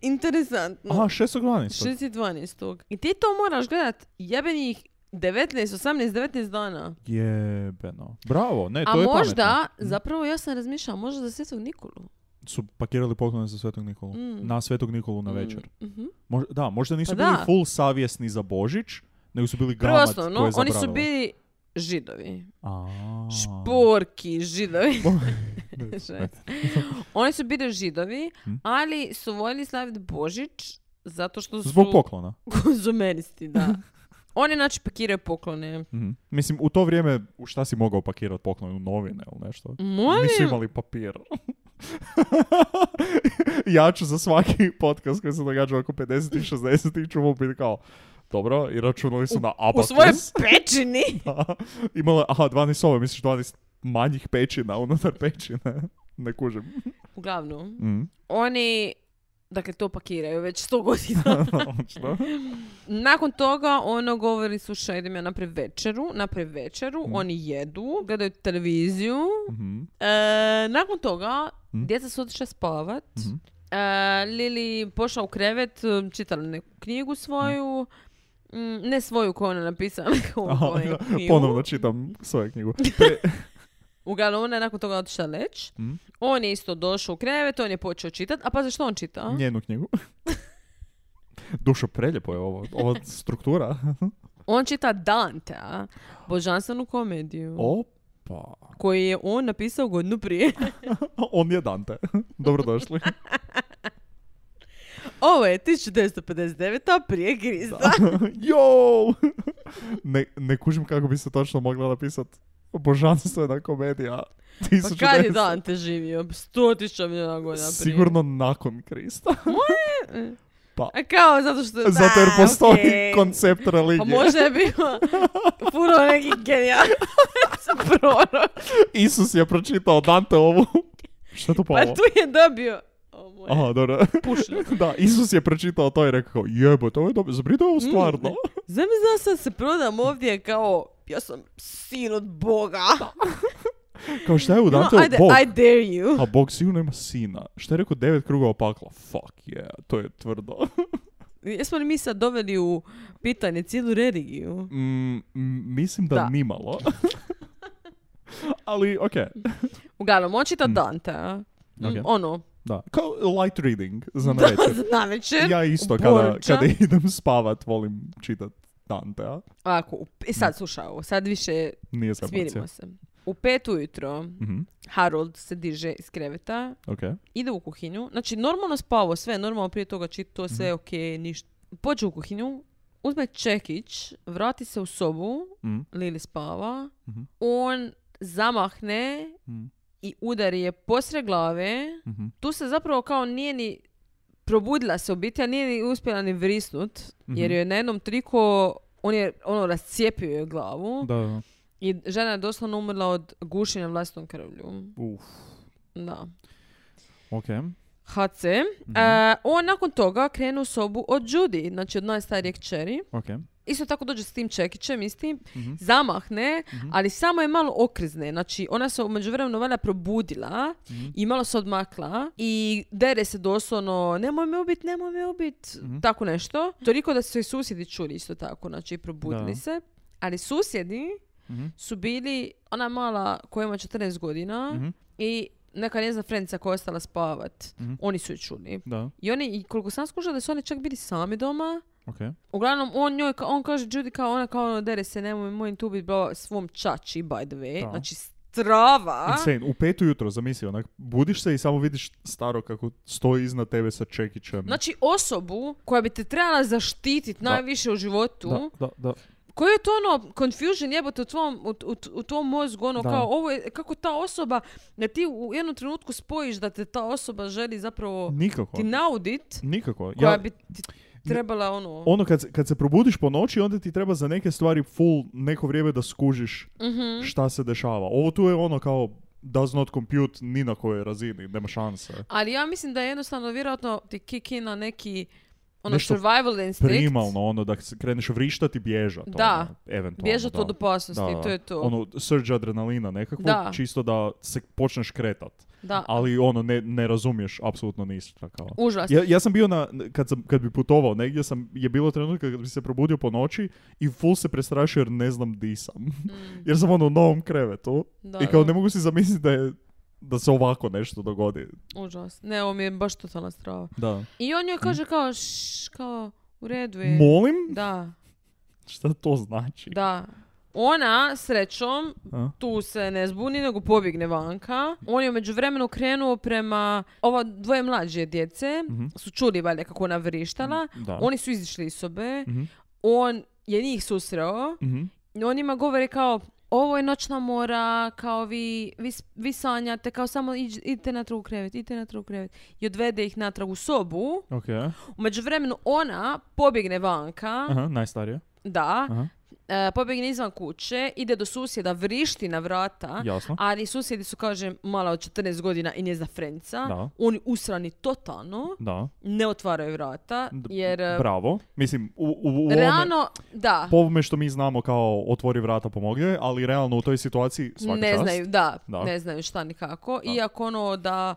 Speaker 5: Interesantno.
Speaker 4: Aha, 612.
Speaker 5: 6.12. I ti to moraš gledat jebenih 19, 18, 19 dana.
Speaker 4: Jebeno. Bravo, ne, E, to
Speaker 5: A
Speaker 4: je
Speaker 5: možda,
Speaker 4: pametno. Mhm.
Speaker 5: zapravo ja sam razmišljala, možda za Svetog Nikolu.
Speaker 4: Su pakirali poklone za Svetog Nikolu.
Speaker 5: Mm.
Speaker 4: Na Svetog Nikolu na večer.
Speaker 5: Mhm.
Speaker 4: Mož- da, možda nisu
Speaker 5: Pa
Speaker 4: bili
Speaker 5: da.
Speaker 4: full savjesni za Božić, nego su bili
Speaker 5: Prvo
Speaker 4: gamat
Speaker 5: osnovno,
Speaker 4: koje je
Speaker 5: oni su
Speaker 4: zabranilo.
Speaker 5: bili židovi.
Speaker 4: A.
Speaker 5: Šporki židovi.
Speaker 4: Ne, ne.
Speaker 5: Šest. oni su bili židovi,
Speaker 4: Mhm.
Speaker 5: ali su voljeli slaviti Božić zato što su
Speaker 4: Zbog poklona.
Speaker 5: konzumeristi, da. Oni znači pakiraju poklone.
Speaker 4: Mhm. Mislim, u to vrijeme, u šta si mogao pakirati poklon? U novine ili nešto? Nisu
Speaker 5: Molim,
Speaker 4: imali papir. ja ću za svaki podcast koji se događa oko 50 i 60 ću mu biti kao, dobro, i računali su na
Speaker 5: u
Speaker 4: abakus.
Speaker 5: svojoj pečini.
Speaker 4: Imala, aha, 12 ove, misliš 12 manjih pećina, unutar pećine. Ne kužim.
Speaker 5: Uglavnom,
Speaker 4: Mm.
Speaker 5: oni, dakle, to pakiraju već 100 godina.
Speaker 4: Očno.
Speaker 5: Nakon toga ono govori slušaj idem ja napravi večeru, napravi večeru, oni jedu, gledaju televiziju.
Speaker 4: Mhm.
Speaker 5: E, nakon toga
Speaker 4: Mhm.
Speaker 5: djeca su otišla spavat.
Speaker 4: Mhm.
Speaker 5: E, Lili pošla u krevet, e, čitala neku knjigu svoju. Mm, ne svoju koju ona napisala, nego ovu
Speaker 4: Aha, ja,
Speaker 5: koju je knjigu.
Speaker 4: Ponovno čitam svoju knjigu. Pre-
Speaker 5: Uglavnom ona je nakon toga otišla leć.
Speaker 4: Mhm.
Speaker 5: On je isto došao u krevet, on je počeo čitat. A pa zašto on čita?
Speaker 4: Njenu knjigu. Dušo, preljepo je ovo. Ova struktura.
Speaker 5: On čita Dantea, božanstvenu komediju,
Speaker 4: Opa.
Speaker 5: koju je on napisao godinu prije.
Speaker 4: On je Dante. Dobrodošli.
Speaker 5: Ovo je 1959. prije Krista.
Speaker 4: Jo! Ne, ne kužim kako bi se točno mogla napisat božanstvena komedija.
Speaker 5: Pa
Speaker 4: 1010.
Speaker 5: kad je Dante živio? 100.000 milijuna godina prije.
Speaker 4: Sigurno nakon Krista.
Speaker 5: A kao, zato što...
Speaker 4: Zato jer
Speaker 5: da,
Speaker 4: postoji
Speaker 5: okej.
Speaker 4: koncept
Speaker 5: Pa
Speaker 4: religije.
Speaker 5: možda je bio puno nekih genijalaca prorok.
Speaker 4: Isus je pročitao Dante ovu. Šta je to
Speaker 5: Pa
Speaker 4: palo?
Speaker 5: tu je dobio... O moje,
Speaker 4: Aha, dobro.
Speaker 5: pušlju.
Speaker 4: Da, Isus je pročitao to i rekao, jebote, ovo je dobro, zabri da je ovo stvarno.
Speaker 5: Znam sam se prodam ovdje kao... Ja sam sin od Boga.
Speaker 4: Kao šta je u Dante,
Speaker 5: no, ajde,
Speaker 4: Bog.
Speaker 5: I dare you.
Speaker 4: A Bog sigurno ima sina. Šta je rekao, devet krugova pakla. Fuck yeah, to je tvrdo.
Speaker 5: Jesmo li mi sad doveli u pitanje cijelu religiju?
Speaker 4: Mm, m, mislim da,
Speaker 5: Da.
Speaker 4: nimalo. Ali, okej.
Speaker 5: Mm, Uglavnom, on čita Dante. a? Mm,
Speaker 4: Ok.
Speaker 5: Ono,
Speaker 4: Da. Kao light reading za
Speaker 5: da,
Speaker 4: navečer.
Speaker 5: za navečer.
Speaker 4: Ja isto, kada,
Speaker 5: Borča.
Speaker 4: kada idem spavat, volim čitat Dantea.
Speaker 5: Ovako, u- i
Speaker 4: Mm.
Speaker 5: sad slušaj ovo, sad više
Speaker 4: Nije se
Speaker 5: smirimo se. U pet ujutro
Speaker 4: Mhm,
Speaker 5: Harold se diže iz kreveta,
Speaker 4: okej.
Speaker 5: ide u kuhinju, znači normalno spavo sve, normalno prije toga čito sve,
Speaker 4: Mhm.
Speaker 5: ok, ništa. Pođe u kuhinju, uzme čekić, vrati se u sobu,
Speaker 4: Mhm,
Speaker 5: Lili spava,
Speaker 4: Mhm.
Speaker 5: on zamahne
Speaker 4: mhm,
Speaker 5: i udari je posre glave,
Speaker 4: mhm,
Speaker 5: tu se zapravo kao nije ni probudila se obitelj, a nije ni uspjela ni vrisnut, jer
Speaker 4: Mhm.
Speaker 5: je na jednom triku on je ono rascijepio je glavu
Speaker 4: Da, da.
Speaker 5: i žena je doslovno umrla od gušenja vlastitom krvlju.
Speaker 4: Uf,
Speaker 5: Da.
Speaker 4: okej.
Speaker 5: HC.
Speaker 4: Mhm.
Speaker 5: E, on nakon toga krenu u sobu od Judy, znači od najstarijeg čeri.
Speaker 4: Okej.
Speaker 5: isto tako dođe s tim čekićem istim,
Speaker 4: Mhm.
Speaker 5: zamahne,
Speaker 4: Mhm.
Speaker 5: ali samo je malo okrizne. Znači, ona se umeđu vremenu valjda probudila
Speaker 4: Mhm.
Speaker 5: i malo se odmakla i dere se doslovno, nemoj me ubit, nemoj me ubit,
Speaker 4: Mhm.
Speaker 5: tako nešto. Toliko da su se i susjedi čuli isto tako, znači probudili
Speaker 4: Da.
Speaker 5: se. Ali susjedi
Speaker 4: Mhm.
Speaker 5: su bili ona mala koja ima 14 godina
Speaker 4: Mhm.
Speaker 5: i neka njezina frendica koja je ostala spavat.
Speaker 4: Mhm.
Speaker 5: Oni su je čuli.
Speaker 4: Da,
Speaker 5: I oni, i koliko sam skužila da su oni čak bili sami doma,
Speaker 4: ok.
Speaker 5: Uglavnom, on njoj, ka- on kaže Judy kao ona kao ono dere se, nemoj mojim tu biti bila svom čači, by the way.
Speaker 4: Da.
Speaker 5: Znači, strava.
Speaker 4: Insane. U pet ujutro, zamisli, onak, budiš se i samo vidiš staro kako stoji iznad tebe sa čekićem.
Speaker 5: Znači, osobu koja bi te trebala zaštititi
Speaker 4: Da.
Speaker 5: najviše u životu,
Speaker 4: da, da, da.
Speaker 5: koji je to ono confusion jebote u tvom, u, u, u tvom mozgu, ono
Speaker 4: Da.
Speaker 5: kao ovo je, kako ta osoba, da ti u jednom trenutku spojiš da te ta osoba želi zapravo
Speaker 4: Nikako.
Speaker 5: ti naudit,
Speaker 4: Nikako.
Speaker 5: koja
Speaker 4: Ja,
Speaker 5: bi ti trebala ono...
Speaker 4: ono, kad, se- kad se probudiš po noći, onda ti treba za neke stvari full neko vrijeme da skužiš
Speaker 5: Mhm.
Speaker 4: šta se dešava. Ovo tu je ono kao does not compute ni na kojoj razini, nema šanse.
Speaker 5: Ali ja mislim da je jednostavno vjerojatno ti kick in na neki ono
Speaker 4: Nešto
Speaker 5: survival instinct.
Speaker 4: Primalno, ono, da se kreneš vrištati, bježat.
Speaker 5: Da.
Speaker 4: ono, eventualno,
Speaker 5: Bježat
Speaker 4: da.
Speaker 5: od opasnosti,
Speaker 4: Da,
Speaker 5: to je to.
Speaker 4: Ono, surge adrenalina nekako,
Speaker 5: Da.
Speaker 4: čisto da se počneš kretat.
Speaker 5: da,
Speaker 4: Ali ono, ne, ne razumiješ apsolutno ništa. Kao.
Speaker 5: užasno.
Speaker 4: Ja, ja sam bio na, kad, sam, kad bi putovao negdje, sam, je bilo trenutka kad bi se probudio po noći i full se prestrašio jer ne znam di sam. jer sam ono u novom krevetu
Speaker 5: Mm. Da,
Speaker 4: i kao
Speaker 5: da,
Speaker 4: ne mogu si zamisliti da je da se ovako nešto dogodi.
Speaker 5: užasno. Ne, ovo mi je baš totalna strava.
Speaker 4: Da.
Speaker 5: I on
Speaker 4: Hm?
Speaker 5: joj kaže kao, šš, kao, u redu je.
Speaker 4: Molim?
Speaker 5: Da,
Speaker 4: Šta to znači?
Speaker 5: da. Ona, srećom,
Speaker 4: A?
Speaker 5: tu se ne zbuni, nego pobjegne vanka. On je među vremenu krenuo prema... Ova dvoje mlađe djece
Speaker 4: Mhm.
Speaker 5: su čuli valjda kako ona vrištala.
Speaker 4: Da.
Speaker 5: Oni su izišli iz sobe.
Speaker 4: Mhm.
Speaker 5: On je njih susreo.
Speaker 4: Mhm.
Speaker 5: on ima govori kao ovo je noćna mora, kao vi, vi, s- vi sanjate, kao samo iđ- idite natrag u krevet, idite natrag u krevet. I odvede ih natrag u sobu.
Speaker 4: Ok.
Speaker 5: U međuvremenu ona pobjegne vanka,
Speaker 4: Aha, najstarije.
Speaker 5: da,
Speaker 4: Aha,
Speaker 5: e, pobjegne izvan kuće, ide do susjeda, vrišti na vrata,
Speaker 4: jasno.
Speaker 5: ali susjedi su, kažem, mala od 14 godina i njezna frenca.
Speaker 4: Da.
Speaker 5: Oni usrani totalno,
Speaker 4: Da.
Speaker 5: ne otvaraju vrata,
Speaker 4: D-
Speaker 5: jer... e,
Speaker 4: Bravo. Mislim, u, u, u ovome,
Speaker 5: Realno, da,
Speaker 4: po ovome što mi znamo kao otvori vrata pomogne, ali realno u toj situaciji svaka
Speaker 5: ne
Speaker 4: čast.
Speaker 5: znaju, da,
Speaker 4: Da.
Speaker 5: ne znaju šta nikako.
Speaker 4: Da.
Speaker 5: Iako ono da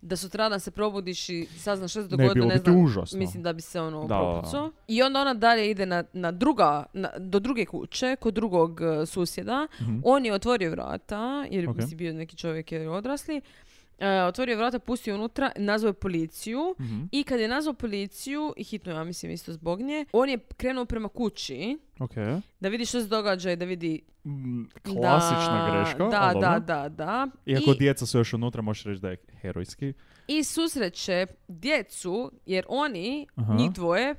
Speaker 5: da sutradan se probudiš i saznaš što
Speaker 4: Ne,
Speaker 5: se dogodilo,
Speaker 4: bilo
Speaker 5: ne,
Speaker 4: bi ti
Speaker 5: znam,
Speaker 4: užasno.
Speaker 5: mislim da bi se ono
Speaker 4: Da, da, da.
Speaker 5: propucao. I onda ona dalje ide na, na druga, na- do druge kuće, kod drugog e, susjeda.
Speaker 4: Mhm.
Speaker 5: On je otvorio vrata, jer
Speaker 4: Ok.
Speaker 5: mislim bio neki čovjek jer je odrasli. E, otvorio vrata, pustio unutra, nazvao je policiju.
Speaker 4: Mhm,
Speaker 5: I kad je nazvao policiju, i hitno ja mislim isto zbog nje, on je krenuo prema kući
Speaker 4: Ok.
Speaker 5: da vidi što se događa i da vidi...
Speaker 4: Mm, Klasična
Speaker 5: da,
Speaker 4: greška.
Speaker 5: Da,
Speaker 4: ali dobro.
Speaker 5: da, da, da.
Speaker 4: Iako
Speaker 5: I-
Speaker 4: djeca su još unutra, možeš reći da je herojski.
Speaker 5: i susreće djecu, jer oni,
Speaker 4: Aha.
Speaker 5: njih dvoje,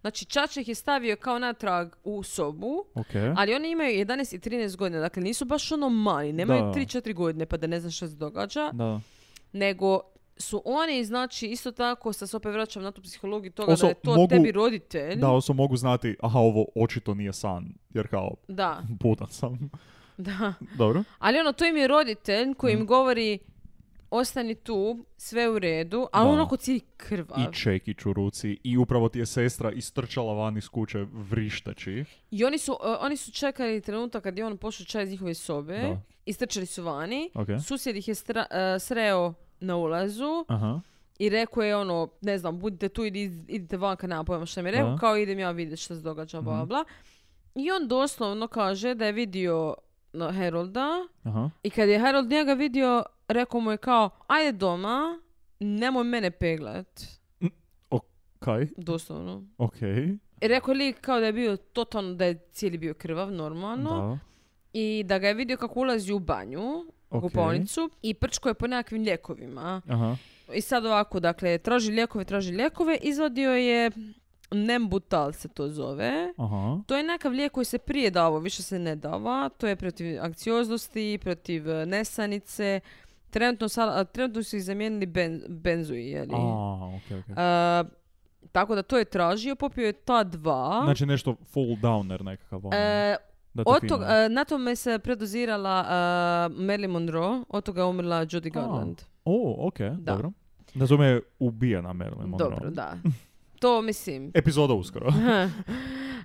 Speaker 5: znači Čaček je stavio kao natrag u sobu,
Speaker 4: Ok.
Speaker 5: ali oni imaju 11 i 13 godina, dakle nisu baš ono mali, nemaju
Speaker 4: Da.
Speaker 5: 3-4 godine pa da ne znaš što se događa,
Speaker 4: Da.
Speaker 5: nego su oni, znači, isto tako, sad se opet vraćam na tu psihologiju toga
Speaker 4: Oso,
Speaker 5: da je to
Speaker 4: mogu-
Speaker 5: tebi roditelj.
Speaker 4: Da, oso mogu znati, aha, ovo očito nije san, jer kao,
Speaker 5: da,
Speaker 4: budan sam.
Speaker 5: da.
Speaker 4: Dobro.
Speaker 5: Ali ono, to im je roditelj koji
Speaker 4: Mhm.
Speaker 5: im govori ostani tu, sve u redu, ali
Speaker 4: Da.
Speaker 5: ono ko cilj krva.
Speaker 4: I čekić u ruci i upravo ti je sestra istrčala van iz kuće vrištači.
Speaker 5: I oni su, e, oni su čekali trenutak kad je on pošao čaj iz njihove sobe.
Speaker 4: Da.
Speaker 5: Istrčali su vani.
Speaker 4: Ok.
Speaker 5: Susjed ih je stra- e, sreo na ulazu
Speaker 4: Aha.
Speaker 5: i rekao je ono, ne znam, budite tu, idi, idite vanka, nema pojma šta mi je rekao,
Speaker 4: Da. Mhm.
Speaker 5: kao idem ja vidjeti što se događa, bla, bla. I on doslovno kaže da je vidio no, Herolda
Speaker 4: Aha.
Speaker 5: i kad je Herold njega vidio, rekao mu je kao, ajde doma, nemoj mene peglat,
Speaker 4: Kaj?
Speaker 5: doslovno.
Speaker 4: Ok.
Speaker 5: I Rekao je lik kao da je bio totalno, da je cijeli bio krvav, normalno.
Speaker 4: Da.
Speaker 5: i da ga je vidio kako ulazi u banju, u
Speaker 4: Ok.
Speaker 5: kupovnicu i prčko je po nekakvim ljekovima.
Speaker 4: Aha.
Speaker 5: I sad ovako, dakle, traži ljekove, traži ljekove, izvadio je Nembutal se to zove.
Speaker 4: Aha.
Speaker 5: To je nekakav lijek koji se prije davao, više se ne dava. To je protiv anksioznosti, protiv eh, nesanice. Trenutno, sa- a, trenutno su ih zamijenili ben, benzui, jeli?
Speaker 4: A, ok, ok.
Speaker 5: A, tako da to je tražio, popio je ta dva.
Speaker 4: Znači nešto full downer nekakav. ono,
Speaker 5: E,
Speaker 4: da te
Speaker 5: Od
Speaker 4: fino-
Speaker 5: tog, e, na tome se predozirala e, Marilyn Monroe, od toga je umrla Judy Garland.
Speaker 4: O, ok,
Speaker 5: Da.
Speaker 4: dobro. Nazome je ubijena Marilyn Monroe.
Speaker 5: Dobro, da. To mislim.
Speaker 4: Epizoda uskoro.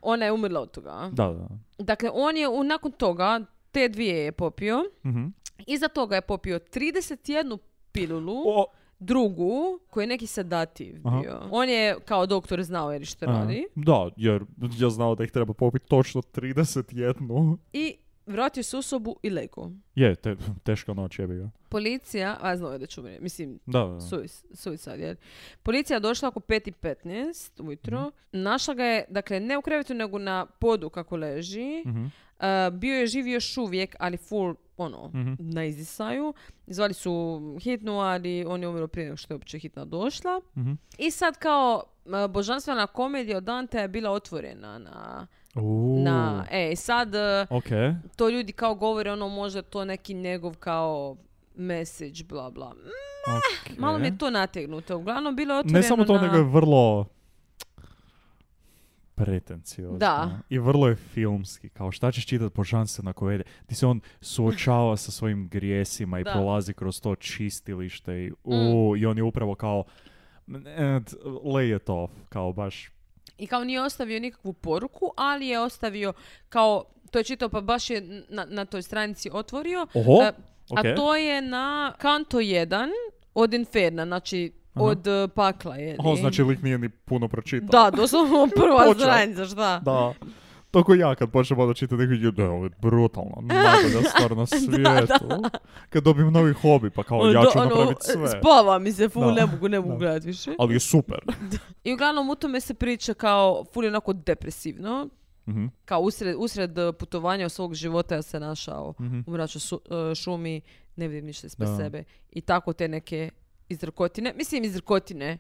Speaker 5: ona je umrla od toga.
Speaker 4: Da, da.
Speaker 5: Dakle, on je u- nakon toga, te dvije je popio.
Speaker 4: Mhm.
Speaker 5: Iza toga je popio 31 pilulu,
Speaker 4: O,
Speaker 5: drugu, koji je neki sedativ
Speaker 4: Aha.
Speaker 5: bio. On je kao doktor znao jer što
Speaker 4: a,
Speaker 5: radi.
Speaker 4: e, da, jer ja znao da ih treba popiti točno 31.
Speaker 5: I vratio se u sobu i lego.
Speaker 4: Je, te, teška noć je bio.
Speaker 5: Policija, a znao je da ću umrijeti, mislim,
Speaker 4: Da, da.
Speaker 5: Suis, suicide, jel? Policija je došla oko 5.15 ujutro.
Speaker 4: Mhm.
Speaker 5: Našla ga je, dakle, ne u krevetu, nego na podu kako leži.
Speaker 4: Mhm.
Speaker 5: E, bio je živ još uvijek, ali full, ono,
Speaker 4: Mhm.
Speaker 5: na izdisaju. Zvali su hitnu, ali on je umro prije nego što je uopće hitna došla.
Speaker 4: Mhm.
Speaker 5: I sad kao e, božanstvena komedija od Dante je bila otvorena na...
Speaker 4: Uuu,
Speaker 5: na e, i sad e,
Speaker 4: Ok.
Speaker 5: to ljudi kao govore, ono, možda to neki njegov kao message, bla, bla.
Speaker 4: ok.
Speaker 5: Ah, Malo mi je to nategnuto. Uglavnom, bilo Pa je otvoreno
Speaker 4: E. Ne samo to,
Speaker 5: na...
Speaker 4: nego je vrlo pretenciozno.
Speaker 5: Da.
Speaker 4: I vrlo je filmski. Kao šta ćeš čitati po šanse na koje Ti se on suočava sa svojim grijesima i
Speaker 5: Da. Mm.
Speaker 4: prolazi kroz to čistilište i, u, i on je upravo kao and lay it off. Kao baš
Speaker 5: I kao nije ostavio nikakvu poruku, ali je ostavio kao... To je čitao, pa baš je na, na toj stranici otvorio.
Speaker 4: Oho,
Speaker 5: E,
Speaker 4: ok.
Speaker 5: A to je na kanto 1 od Inferna, znači
Speaker 4: Aha.
Speaker 5: od e, pakla je.
Speaker 4: O, znači lik nije ni puno pročitao.
Speaker 5: Da, doslovno prva
Speaker 4: Počeo.
Speaker 5: stranica, šta?
Speaker 4: Da. To ko ja kad počnem onda čitati neki ljudi, ovo je brutalno, najbolja stvar na svijetu. Kad dobijem novi hobi, pa kao
Speaker 5: Ono,
Speaker 4: ja
Speaker 5: do-
Speaker 4: ću
Speaker 5: ono,
Speaker 4: napraviti sve.
Speaker 5: Spava mi se, ful,
Speaker 4: Da.
Speaker 5: ne mogu, ne mogu
Speaker 4: Da.
Speaker 5: gledat više.
Speaker 4: Ali je super.
Speaker 5: I uglavnom u tome se priča kao ful je onako depresivno.
Speaker 4: Mhm,
Speaker 5: Kao usred, usred e, putovanja svog života ja se našao
Speaker 4: mhm.
Speaker 5: u mračnoj su- e, šumi, ne vidim ništa ispred
Speaker 4: Da.
Speaker 5: sebe. I tako te neke izrkotine. Mislim, izrkotine.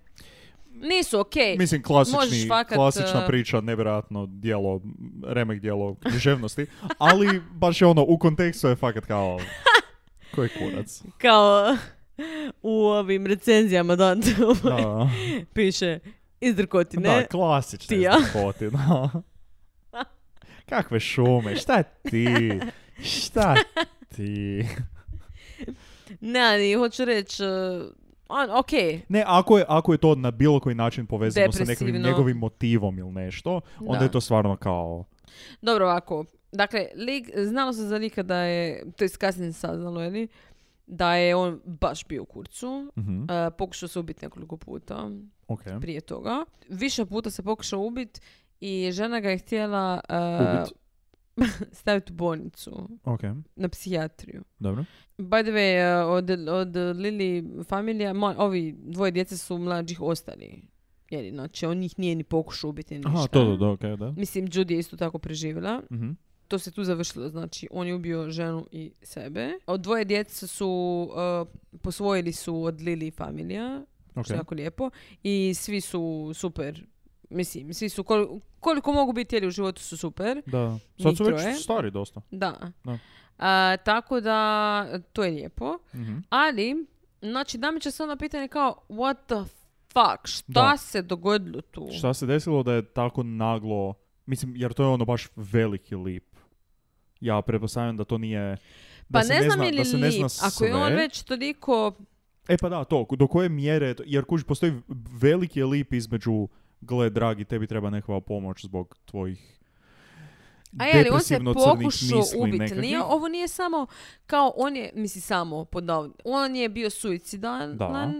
Speaker 5: Nisu okej.
Speaker 4: E, Mislim, klasični,
Speaker 5: možeš fakat,
Speaker 4: klasična
Speaker 5: eh,
Speaker 4: priča, nevjerojatno dijelo, remek dijelo književnosti, ali baš je ono, u kontekstu je fakat kao, ko je kurac?
Speaker 5: Kao u ovim recenzijama Dante
Speaker 4: Da,
Speaker 5: piše izdrkotine.
Speaker 4: da klasična
Speaker 5: Tija.
Speaker 4: je zlipotina. Kakve šume, šta ti? Šta ti?
Speaker 5: Ne, ali hoću reći, uh, on, ok,
Speaker 4: Ne, ako je, ako je to na bilo koji način povezano sa nekim
Speaker 5: Depresivno.
Speaker 4: njegovim motivom ili nešto, onda
Speaker 5: Da.
Speaker 4: je to stvarno kao...
Speaker 5: dobro ovako. Dakle, lik, znalo se za lika da je, to je kasnije se saznalo, je li, da je on baš bio u kurcu.
Speaker 4: mhm,
Speaker 5: Uh, pokušao se ubiti nekoliko puta
Speaker 4: ok.
Speaker 5: prije toga. Više puta se pokušao ubiti i žena ga je htjela
Speaker 4: Ubit.
Speaker 5: uh, staviti u bolnicu
Speaker 4: Ok,
Speaker 5: na psihijatriju.
Speaker 4: dobro.
Speaker 5: By the way, uh, od, od Lili familija, ma- ovi dvoje djece su mlađih ostali. Jeli, znači, on njih nije ni pokušao ubiti ni ništa.
Speaker 4: Aha, to, to, to, ok, da.
Speaker 5: Mislim, Judy je isto tako preživjela.
Speaker 4: Mhm.
Speaker 5: To se tu završilo, znači, on je ubio ženu i sebe. Od dvoje djece su, uh, posvojili su od Lili familija,
Speaker 4: Ok,
Speaker 5: što je jako lijepo. I svi su super, mislim, svi su, kol- koliko mogu biti jeli u životu su super.
Speaker 4: da. Sad su
Speaker 5: Njih
Speaker 4: već
Speaker 5: troje.
Speaker 4: stari dosta.
Speaker 5: Da.
Speaker 4: Da.
Speaker 5: A, tako da, to je lijepo.
Speaker 4: Mhm.
Speaker 5: Ali, znači, nameće se onda pitanje kao, what the fuck, šta
Speaker 4: Da.
Speaker 5: se dogodilo tu?
Speaker 4: Šta se desilo da je tako naglo... Mislim, jer to je ono baš veliki lip. Ja pretpostavljam da to nije... Da
Speaker 5: Pa
Speaker 4: se
Speaker 5: ne znam
Speaker 4: zna,
Speaker 5: je li
Speaker 4: da se ne zna
Speaker 5: lip, ako je on
Speaker 4: sve.
Speaker 5: već toliko,
Speaker 4: E pa da, to, do koje mjere, je to- jer kuži, postoji v- veliki je lip između gle, dragi, tebi treba nekakva pomoć zbog tvojih
Speaker 5: a je li, on se
Speaker 4: depresivno crnih
Speaker 5: pokušao
Speaker 4: misli
Speaker 5: ubiti,
Speaker 4: nekakvih.
Speaker 5: nije, ovo nije samo kao, on je, misli samo, pod navod- on je bio suicidalan,
Speaker 4: Da.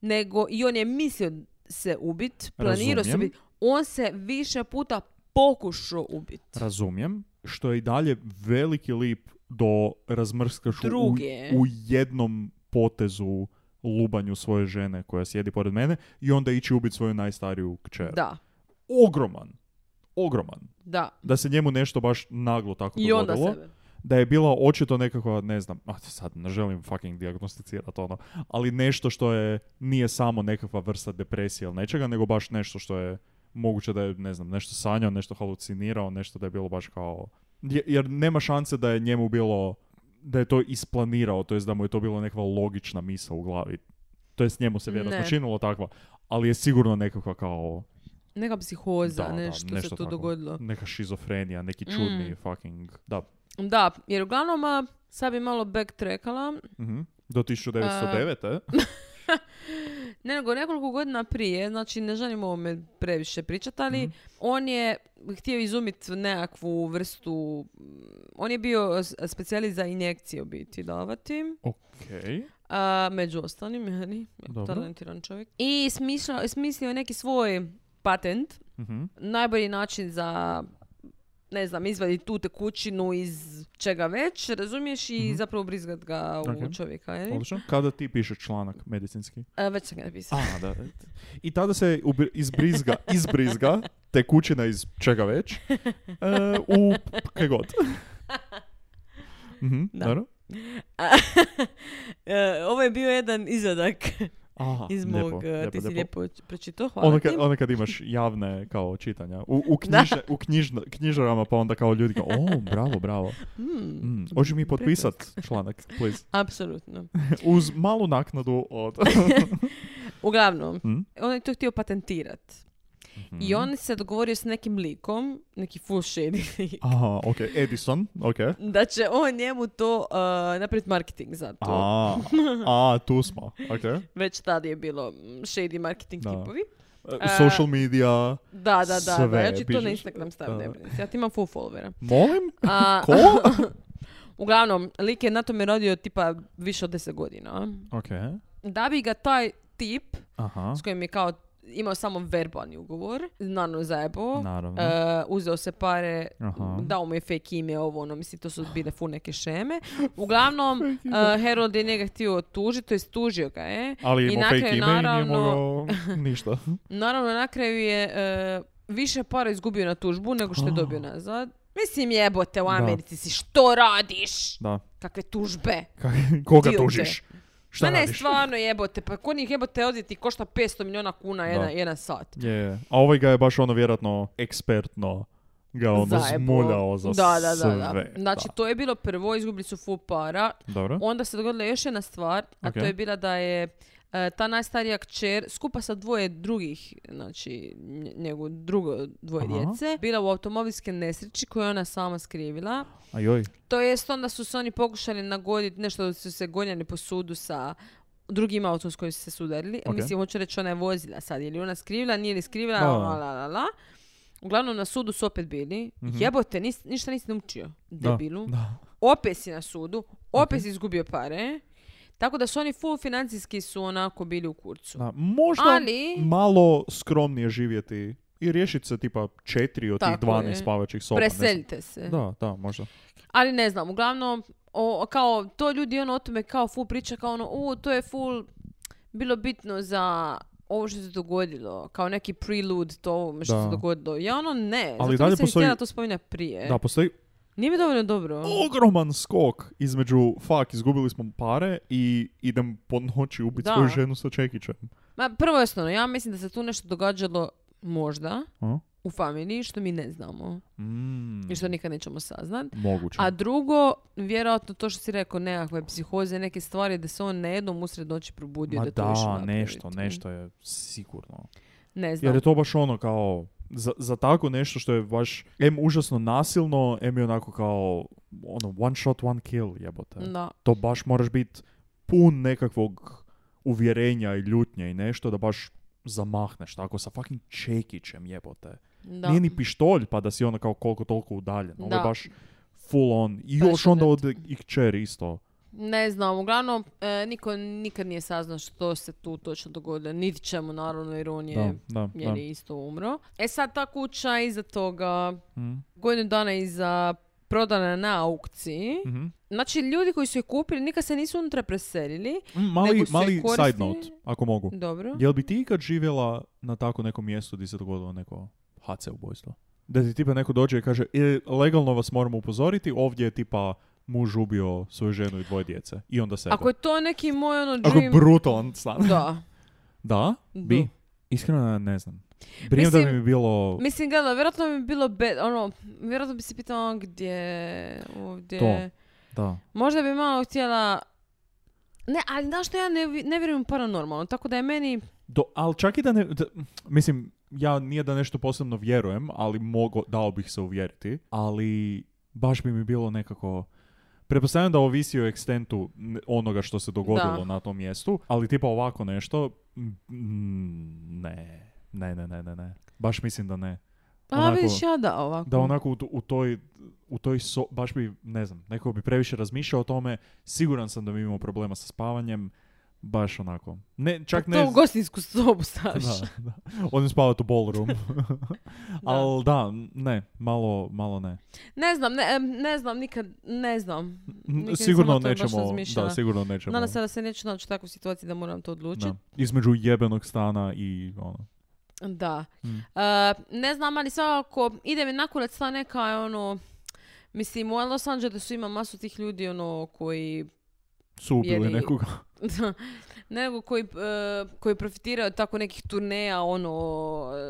Speaker 5: nego i on je mislio se ubit, planirao se
Speaker 4: Razumijem.
Speaker 5: ubit, on se više puta pokušao ubit.
Speaker 4: Razumijem, što je i dalje veliki lip do razmrskaš u-
Speaker 5: Druge.
Speaker 4: u, jednom potezu lubanju svoje žene koja sjedi pored mene i onda ići ubiti svoju najstariju kćer.
Speaker 5: Da,
Speaker 4: Ogroman, ogroman.
Speaker 5: da.
Speaker 4: Da se njemu nešto baš naglo tako
Speaker 5: I onda
Speaker 4: dogodilo.
Speaker 5: sebe.
Speaker 4: da je bila očito nekakva, ne znam, a sad ne želim fucking dijagnosticirati ono, ali nešto što je, nije samo nekakva vrsta depresije ili nečega, nego baš nešto što je moguće da je, ne znam, nešto sanjao, nešto halucinirao, nešto da je bilo baš kao... je- Jer nema šanse da je njemu bilo, da je to isplanirao, to jest da mu je to bilo nekakva logična misa u glavi. To jest njemu se vjerojatno
Speaker 5: Ne.
Speaker 4: činilo takva, ali je sigurno nekakva kao
Speaker 5: Neka psihoza,
Speaker 4: Da, da,
Speaker 5: nešto, se
Speaker 4: nešto
Speaker 5: tu
Speaker 4: tako.
Speaker 5: dogodilo.
Speaker 4: neka šizofrenija, neki čudni fucking... Da.
Speaker 5: Da, jer uglavnom a, sad bi malo backtrackala.
Speaker 4: Mhm. Do 1909.
Speaker 5: Ne, nego nekoliko godina prije, znači ne želim o ovome previše pričati, ali
Speaker 4: Mhm.
Speaker 5: on je htio izumiti nekakvu vrstu, mm, on je bio s- specijalist za injekcije u biti davati.
Speaker 4: Okej.
Speaker 5: A, među ostalim, je li?
Speaker 4: Dobro.
Speaker 5: Talentiran čovjek. I smislio, smislio je neki svoj patent,
Speaker 4: Mhm.
Speaker 5: najbolji način za ne znam, izvaditi tu tekućinu iz čega već, razumiješ, i
Speaker 4: Mhm.
Speaker 5: zapravo brizgat ga u
Speaker 4: Ok.
Speaker 5: čovjeka. Je. li?
Speaker 4: Odlično. Kada ti pišeš članak medicinski?
Speaker 5: E, već sam ga napisala.
Speaker 4: A, da. I tada se ubri- izbrizga, izbrizga tekućina iz čega već e, u kaj god. Mhm,
Speaker 5: Da.
Speaker 4: dobro.
Speaker 5: E, ovo je bio jedan izvadak
Speaker 4: Aha,
Speaker 5: iz
Speaker 4: lijepo,
Speaker 5: mog, e,
Speaker 4: lijepo,
Speaker 5: ti si
Speaker 4: lijepo.
Speaker 5: lijepo pročitao, hvala
Speaker 4: Ono
Speaker 5: ti.
Speaker 4: kad, ono kad imaš javne kao čitanja u, u, knjižne- u knjižna- knjižarama pa onda kao ljudi kao o, bravo, bravo.
Speaker 5: Mm,
Speaker 4: Mm, hoćeš mi potpisat članak, please?
Speaker 5: Apsolutno.
Speaker 4: Uz malu naknadu od...
Speaker 5: Uglavnom,
Speaker 4: Mhm.
Speaker 5: on je to htio patentirat. I on se dogovorio s nekim likom, neki full shady lik,
Speaker 4: Aha, ok, Edison, ok.
Speaker 5: da će on njemu to e, napraviti marketing za to.
Speaker 4: A, a, tu smo, ok.
Speaker 5: Već tad je bilo mm, shady marketing
Speaker 4: Da.
Speaker 5: tipovi.
Speaker 4: E, Social media,
Speaker 5: Da, da, da, da.
Speaker 4: Sve
Speaker 5: Ja ću to na
Speaker 4: pišeš.
Speaker 5: Instagram staviti, ne
Speaker 4: Da.
Speaker 5: brini se. Ja ti imam full followera.
Speaker 4: molim?
Speaker 5: A,
Speaker 4: Ko?
Speaker 5: uglavnom, lik je na tome rodio tipa više od 10 godina.
Speaker 4: ok,
Speaker 5: Da bi ga taj tip,
Speaker 4: aha,
Speaker 5: s kojim je kao imao samo verbalni ugovor, naravno zajebo,
Speaker 4: naravno.
Speaker 5: e, uzeo se pare,
Speaker 4: Aha.
Speaker 5: dao mu je fake ime, ovo ono, mislim, to su bile fu neke šeme. Uglavnom, e, Harold je njega htio tužiti, to jest tužio ga je.
Speaker 4: Ali
Speaker 5: i
Speaker 4: imao
Speaker 5: na
Speaker 4: fake
Speaker 5: kraju,
Speaker 4: ime i
Speaker 5: naravno-
Speaker 4: nije mogao ništa.
Speaker 5: Naravno, na kraju je e, više para izgubio na tužbu nego što je dobio nazad. Mislim, jebote, u
Speaker 4: Ah. Da.
Speaker 5: Americi si, što radiš?
Speaker 4: Da.
Speaker 5: Kakve tužbe?
Speaker 4: Ka- Koga
Speaker 5: Dilte.
Speaker 4: tužiš? Šta
Speaker 5: Ma ne,
Speaker 4: radiš?
Speaker 5: stvarno jebote, pa kod njih jebote odjeti košta 500 milijuna kuna
Speaker 4: Da.
Speaker 5: jedan, jedan sat.
Speaker 4: Je, je. a ovaj ga je baš ono vjerojatno ekspertno ga ono
Speaker 5: Zajebo.
Speaker 4: zmuljao za
Speaker 5: da, da,
Speaker 4: sve.
Speaker 5: da, da. Znači, to je bilo prvo, izgubili su full para.
Speaker 4: Dobro.
Speaker 5: Onda se dogodila još jedna stvar, a to
Speaker 4: Ok.
Speaker 5: je bila da je e, ta najstarija kćer skupa sa dvoje drugih, znači nje- njegu drugo dvoje
Speaker 4: Aha.
Speaker 5: djece, bila u automobilskoj nesreći koju je ona sama skrivila.
Speaker 4: Ajoj.
Speaker 5: To jest onda su se oni pokušali nagoditi nešto da su se gonjali po sudu sa drugim autom s kojim su se sudarili.
Speaker 4: Ok.
Speaker 5: Mislim, hoću reći ona je vozila sad. Je li ona skrivila, nije li skrivila,
Speaker 4: Da.
Speaker 5: la, la, la, la. Uglavnom na sudu su opet bili.
Speaker 4: Mhm.
Speaker 5: Jebote, nis- ništa nisi naučio,
Speaker 4: Da,
Speaker 5: debilu.
Speaker 4: da.
Speaker 5: Opet si na sudu, opet si izgubio pare. Tako da su oni full financijski su onako bili u kurcu.
Speaker 4: Da, možda
Speaker 5: Ali-
Speaker 4: malo skromnije živjeti i riješiti se tipa četiri od
Speaker 5: Tako
Speaker 4: tih 12
Speaker 5: je.
Speaker 4: spavaćih soba. ne znam.
Speaker 5: Preselite se.
Speaker 4: Da, da, možda.
Speaker 5: Ali ne znam, uglavnom, o, kao, to ljudi ono o tome kao full priča, kao ono, u, to je full bilo bitno za ovo što se dogodilo, kao neki prelude to ovome što
Speaker 4: Da.
Speaker 5: se dogodilo. Ja ono ne,
Speaker 4: Ali
Speaker 5: zato
Speaker 4: dalje
Speaker 5: mi se
Speaker 4: postoji-
Speaker 5: htjela to spominja prije.
Speaker 4: Da, postoji
Speaker 5: Nije mi dovoljno dobro.
Speaker 4: ogroman skok između fuck, izgubili smo pare i idem po noći ubiti
Speaker 5: Da.
Speaker 4: svoju ženu sa čekićem.
Speaker 5: Ma, prvo i osnovno, ja mislim da se tu nešto događalo možda
Speaker 4: A?
Speaker 5: u familiji što mi ne znamo
Speaker 4: Mm,
Speaker 5: i što nikad nećemo saznat.
Speaker 4: moguće.
Speaker 5: A drugo, vjerojatno to što si rekao, nekakve psihoze, neke stvari da se on na jednom usred noći probudio
Speaker 4: Ma
Speaker 5: da to više
Speaker 4: da,
Speaker 5: napraviti.
Speaker 4: nešto, nešto je sigurno.
Speaker 5: Ne znam.
Speaker 4: Jer je to baš ono kao, za, za tako nešto što je baš, em užasno nasilno, em je onako kao, ono, one shot, one kill, jebote.
Speaker 5: Da.
Speaker 4: To baš moraš biti pun nekakvog uvjerenja i ljutnje i nešto da baš zamahneš tako sa fucking čekićem, jebote.
Speaker 5: Da.
Speaker 4: Nije ni pištolj pa da si ono kao koliko toliko udaljen. Ovo
Speaker 5: Da.
Speaker 4: je baš full on. I
Speaker 5: Baš
Speaker 4: još onda
Speaker 5: je
Speaker 4: od i kćer isto.
Speaker 5: Ne znam, uglavnom, e, niko nikad nije saznao što se tu točno dogodilo. Niti čemu, naravno, jer on je,
Speaker 4: Da, da,
Speaker 5: jer
Speaker 4: da.
Speaker 5: je isto umro. E sad, ta kuća iza toga,
Speaker 4: Mm.
Speaker 5: godinu dana iza prodana je na aukciji.
Speaker 4: Mhm.
Speaker 5: Znači, ljudi koji su je kupili nikad se nisu unutra preselili.
Speaker 4: Mm, Mali,
Speaker 5: Nego se
Speaker 4: mali
Speaker 5: koristi-
Speaker 4: side note, ako mogu.
Speaker 5: Dobro.
Speaker 4: Jel bi ti ikad živjela na tako nekom mjestu gdje se dogodilo neko HC ubojstvo? Da ti tipa neko dođe i kaže, "E, legalno vas moramo upozoriti, ovdje je tipa muž ubio svoju ženu i dvoje djece. I onda se...
Speaker 5: Ako je to neki moj, ono,
Speaker 4: Ako je
Speaker 5: dream...
Speaker 4: brutalan stan.
Speaker 5: Da.
Speaker 4: Da?
Speaker 5: Da.
Speaker 4: Bi? Iskreno ne znam. Brinem da
Speaker 5: Mislim-
Speaker 4: bi mi bilo
Speaker 5: Mislim, gledaj, vjerojatno bi bilo be, ono, vjerojatno bi se pitala ono, gdje, ovdje.
Speaker 4: To. Da.
Speaker 5: Možda bi malo htjela... Ne, ali znaš što ja ne, vi- ne vjerujem u paranormalno, tako da je meni...
Speaker 4: Do, ali čak i da ne... da- mislim, ja nije da nešto posebno vjerujem, ali mogo, dao bih se uvjeriti. Ali baš bi mi bilo nekako... Pretpostavljam da ovisi o ekstentu n- onoga što se dogodilo
Speaker 5: Da.
Speaker 4: na tom mjestu, ali tipa ovako nešto, mm, ne, ne, ne, ne, ne, ne. Baš mislim da ne.
Speaker 5: A
Speaker 4: Onako-
Speaker 5: Pa vidiš ja da ovako.
Speaker 4: Da onako u, t- u toj, u toj so, baš bi, ne znam, neko bi previše razmišljao o tome, siguran sam da mi imamo problema sa spavanjem, baš onako. Ne, čak
Speaker 5: Pa
Speaker 4: ne...
Speaker 5: To u gostinsku sobu staviš.
Speaker 4: da, da. Odem spavat u ballroom.
Speaker 5: Da.
Speaker 4: Ali da, ne, malo, malo ne.
Speaker 5: Ne znam, ne, em, ne znam, nikad, ne znam.
Speaker 4: N-
Speaker 5: Nikad nisam
Speaker 4: sigurno
Speaker 5: o tome baš
Speaker 4: nećemo, da,
Speaker 5: razmišljala.
Speaker 4: sigurno nećemo.
Speaker 5: Nadam se da se neću naći u takvoj situaciji da moram to
Speaker 4: Da.
Speaker 5: odlučiti.
Speaker 4: Između jebenog stana i ono.
Speaker 5: Da.
Speaker 4: Mm.
Speaker 5: E, ne znam, ali svakako ide mi nakurac ta neka ono... Mislim, u Los Angelesu ima masu tih ljudi ono koji
Speaker 4: Su ubili
Speaker 5: Jer i-
Speaker 4: nekoga.
Speaker 5: nego koji, e, koji profitiraju od tako nekih turneja, ono,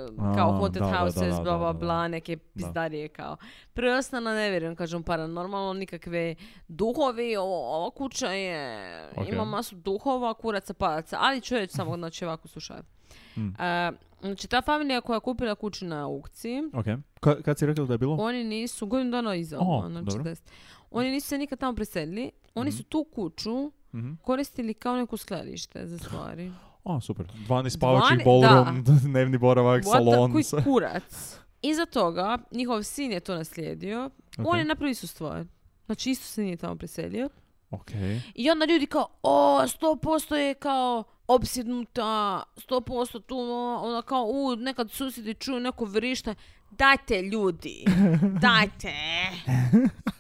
Speaker 5: e, kao
Speaker 4: A,
Speaker 5: haunted
Speaker 4: da, da, da,
Speaker 5: houses,
Speaker 4: da,
Speaker 5: bla,
Speaker 4: da,
Speaker 5: bla,
Speaker 4: da.
Speaker 5: bla, neke pizdarije kao. Prvo osnovno ne vjerujem, kažem, paranormalno, nikakve duhovi, o- ova kuća je,
Speaker 4: Ok.
Speaker 5: ima masu duhova, kuraca, palaca, ali ću reći samo, znači, ovako slušaj.
Speaker 4: Mm.
Speaker 5: E, znači, ta familija koja je kupila kuću na aukciji,
Speaker 4: Ok. Ka- kad si rekla da je bilo?
Speaker 5: oni nisu, godinu dana iza,
Speaker 4: O,
Speaker 5: ono,
Speaker 4: dobro.
Speaker 5: 40. Oni nisu se nikad tamo preselili, oni su tu kuću
Speaker 4: Mhm.
Speaker 5: koristili kao neko skladište za stvari.
Speaker 4: A, super. 12 spavačih
Speaker 5: Dvani-
Speaker 4: ballroom, dnevni boravak,
Speaker 5: What the-
Speaker 4: salon.
Speaker 5: koji
Speaker 4: sve.
Speaker 5: kurac. Iza toga, njihov sin je to naslijedio. On
Speaker 4: Ok.
Speaker 5: je napravio istu stvar. Znači, isto se nije tamo preselio.
Speaker 4: Ok.
Speaker 5: I onda ljudi kao, o, 100% je kao opsjednuta, 100% tu, o, ono kao, u, nekad susjedi čuju neko vrišta. Dajte ljudi, dajte.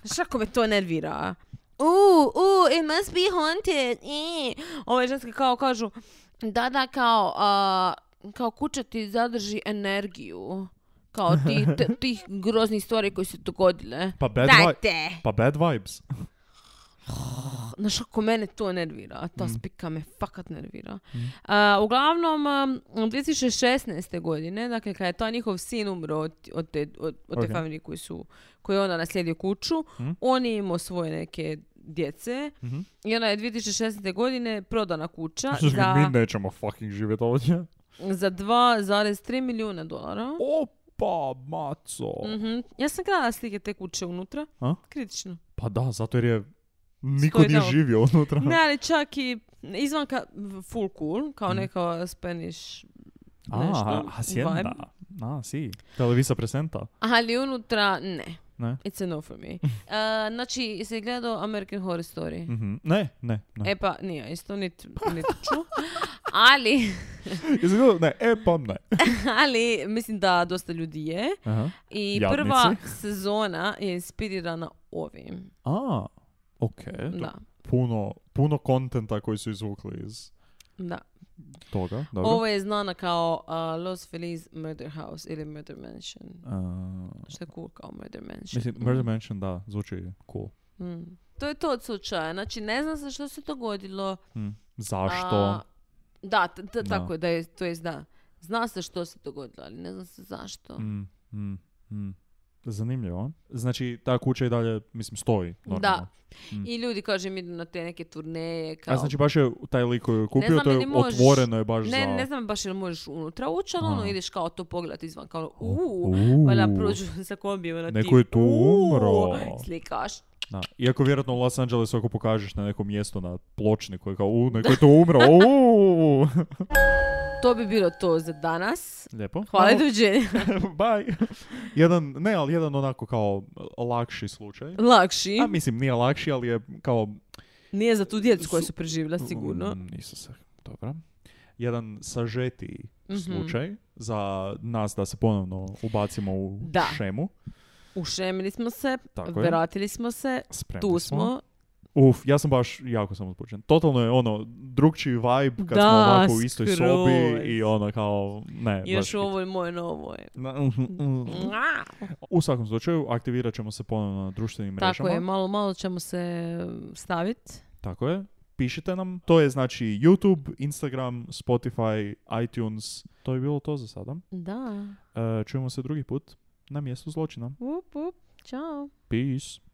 Speaker 5: Znaš kako me to nervira? U, u, it must be haunted. I. Ove ženske kao kažu, da, da, kao, a, kao kuća ti zadrži energiju. Kao ti, te- tih groznih stvari koje su se dogodile.
Speaker 4: Pa bad, vi-
Speaker 5: Dajte.
Speaker 4: pa bad vibes.
Speaker 5: Znaš kako mene to nervira,
Speaker 4: Mm.
Speaker 5: ta spika me fakat nervira. A, uglavnom, um, 2016. godine, dakle kada je taj njihov sin umro od, od te, od, od te
Speaker 4: Ok. Mm.
Speaker 5: familije koji su, koji je onda naslijedio kuću, on je imao svoje neke djece
Speaker 4: Mhm.
Speaker 5: i ona je 2016. godine prodana kuća
Speaker 4: Znaš,
Speaker 5: za,
Speaker 4: Mi nećemo fucking živjeti ovdje.
Speaker 5: za 2,3 milijuna dolara.
Speaker 4: Opa, maco.
Speaker 5: Mhm. Ja sam gledala slike te kuće unutra,
Speaker 4: A?
Speaker 5: kritično.
Speaker 4: Pa da, zato jer je niko
Speaker 5: Stoji
Speaker 4: nije
Speaker 5: tamo.
Speaker 4: živio unutra.
Speaker 5: Ne, ali čak i izvanka full cool,
Speaker 4: Mhm.
Speaker 5: kao neka Spanish
Speaker 4: A,
Speaker 5: nešto,
Speaker 4: Ah, hacienda.
Speaker 5: no, vibe.
Speaker 4: A, si. Televisa presenta.
Speaker 5: Ali unutra ne.
Speaker 4: Ne?
Speaker 5: It's a no for me. E, znači, jesi gledao American Horror Story?
Speaker 4: Mhm. Ne, ne, ne.
Speaker 5: E pa, nije isto, nit, nit ću. Ali,
Speaker 4: Jesi gledao? Ne, e pa ne.
Speaker 5: ali mislim da dosta ljudi je.
Speaker 4: Aha.
Speaker 5: I
Speaker 4: Jadnici.
Speaker 5: prva sezona je inspirirana ovim.
Speaker 4: A, okej. to-
Speaker 5: Da,
Speaker 4: Puno, puno kontenta koji su izvukli iz
Speaker 5: da.
Speaker 4: toga. Dobro.
Speaker 5: Ovo je znana kao uh, Los Feliz Murder House ili Murder Mansion.
Speaker 4: A,
Speaker 5: Što je cool kao Murder Mansion.
Speaker 4: Eh, mislim, Murder Mansion, da, zvuči cool.
Speaker 5: Mm. To je to od slučaja. Znači, ne zna se što se dogodilo.
Speaker 4: Mm. Zašto?
Speaker 5: A, da, t- t-
Speaker 4: Da.
Speaker 5: tako je, da je, to jest da. Zna se što se dogodilo, ali ne zna se zašto.
Speaker 4: Mm, mm, mm. Zanimljivo. Znači, ta kuća i dalje, mislim, stoji normalno. Mm.
Speaker 5: I ljudi, kažem, idu na te neke turneje, kao...
Speaker 4: A znači baš je taj lik koji je kupio,
Speaker 5: znam
Speaker 4: to
Speaker 5: je
Speaker 4: je
Speaker 5: li možeš-
Speaker 4: otvoreno je baš
Speaker 5: ne,
Speaker 4: za...
Speaker 5: ne znam baš jel možeš unutra ući, ali ono,
Speaker 4: Aha.
Speaker 5: ideš kao to pogledati izvan, kao,
Speaker 4: U,
Speaker 5: uuu, valjda prođu sa kombijem, ono,
Speaker 4: Neko
Speaker 5: ti,
Speaker 4: je tu
Speaker 5: "Uuu",
Speaker 4: umro.
Speaker 5: Slikaš.
Speaker 4: Da. Iako vjerojatno u Los Angelesu ako pokažeš na neko mjesto na pločniku koji kao, u, neko je tu umro, u.
Speaker 5: To bi bilo to za danas.
Speaker 4: Lijepo.
Speaker 5: Hvala i
Speaker 4: Malo-
Speaker 5: doviđenja.
Speaker 4: Bye. jedan, ne, ali jedan onako kao lakši slučaj.
Speaker 5: Lakši.
Speaker 4: A mislim, nije lakši, ali je kao...
Speaker 5: Nije za tu djecu koja
Speaker 4: Su-
Speaker 5: su preživjela, sigurno.
Speaker 4: Mm, Nisu se, dobro. Jedan sažetiji
Speaker 5: Mhm.
Speaker 4: slučaj za nas da se ponovno ubacimo u
Speaker 5: Da.
Speaker 4: šemu.
Speaker 5: Ušemili smo se,
Speaker 4: Tako je.
Speaker 5: vratili smo se,
Speaker 4: Spremni
Speaker 5: tu smo.
Speaker 4: Uf, ja sam baš jako sam uzbuđen. Totalno je ono, drugčiji vibe kad smo
Speaker 5: Da,
Speaker 4: ovako u istoj sobi
Speaker 5: skroz.
Speaker 4: i ono kao, ne.
Speaker 5: Još
Speaker 4: baš-
Speaker 5: ovo je moje novo. je.
Speaker 4: Na- mm, mm.
Speaker 5: Mua!
Speaker 4: U svakom slučaju, aktivirat ćemo se ponovno na društvenim
Speaker 5: Tako
Speaker 4: mrežama.
Speaker 5: je, malo, malo ćemo se staviti.
Speaker 4: Tako je. Pišite nam. To je znači YouTube, Instagram, Spotify, iTunes. To je bilo to za sada.
Speaker 5: Da.
Speaker 4: E, čujemo se drugi put na mjestu zločina.
Speaker 5: Up, up. Ćao.
Speaker 4: Peace.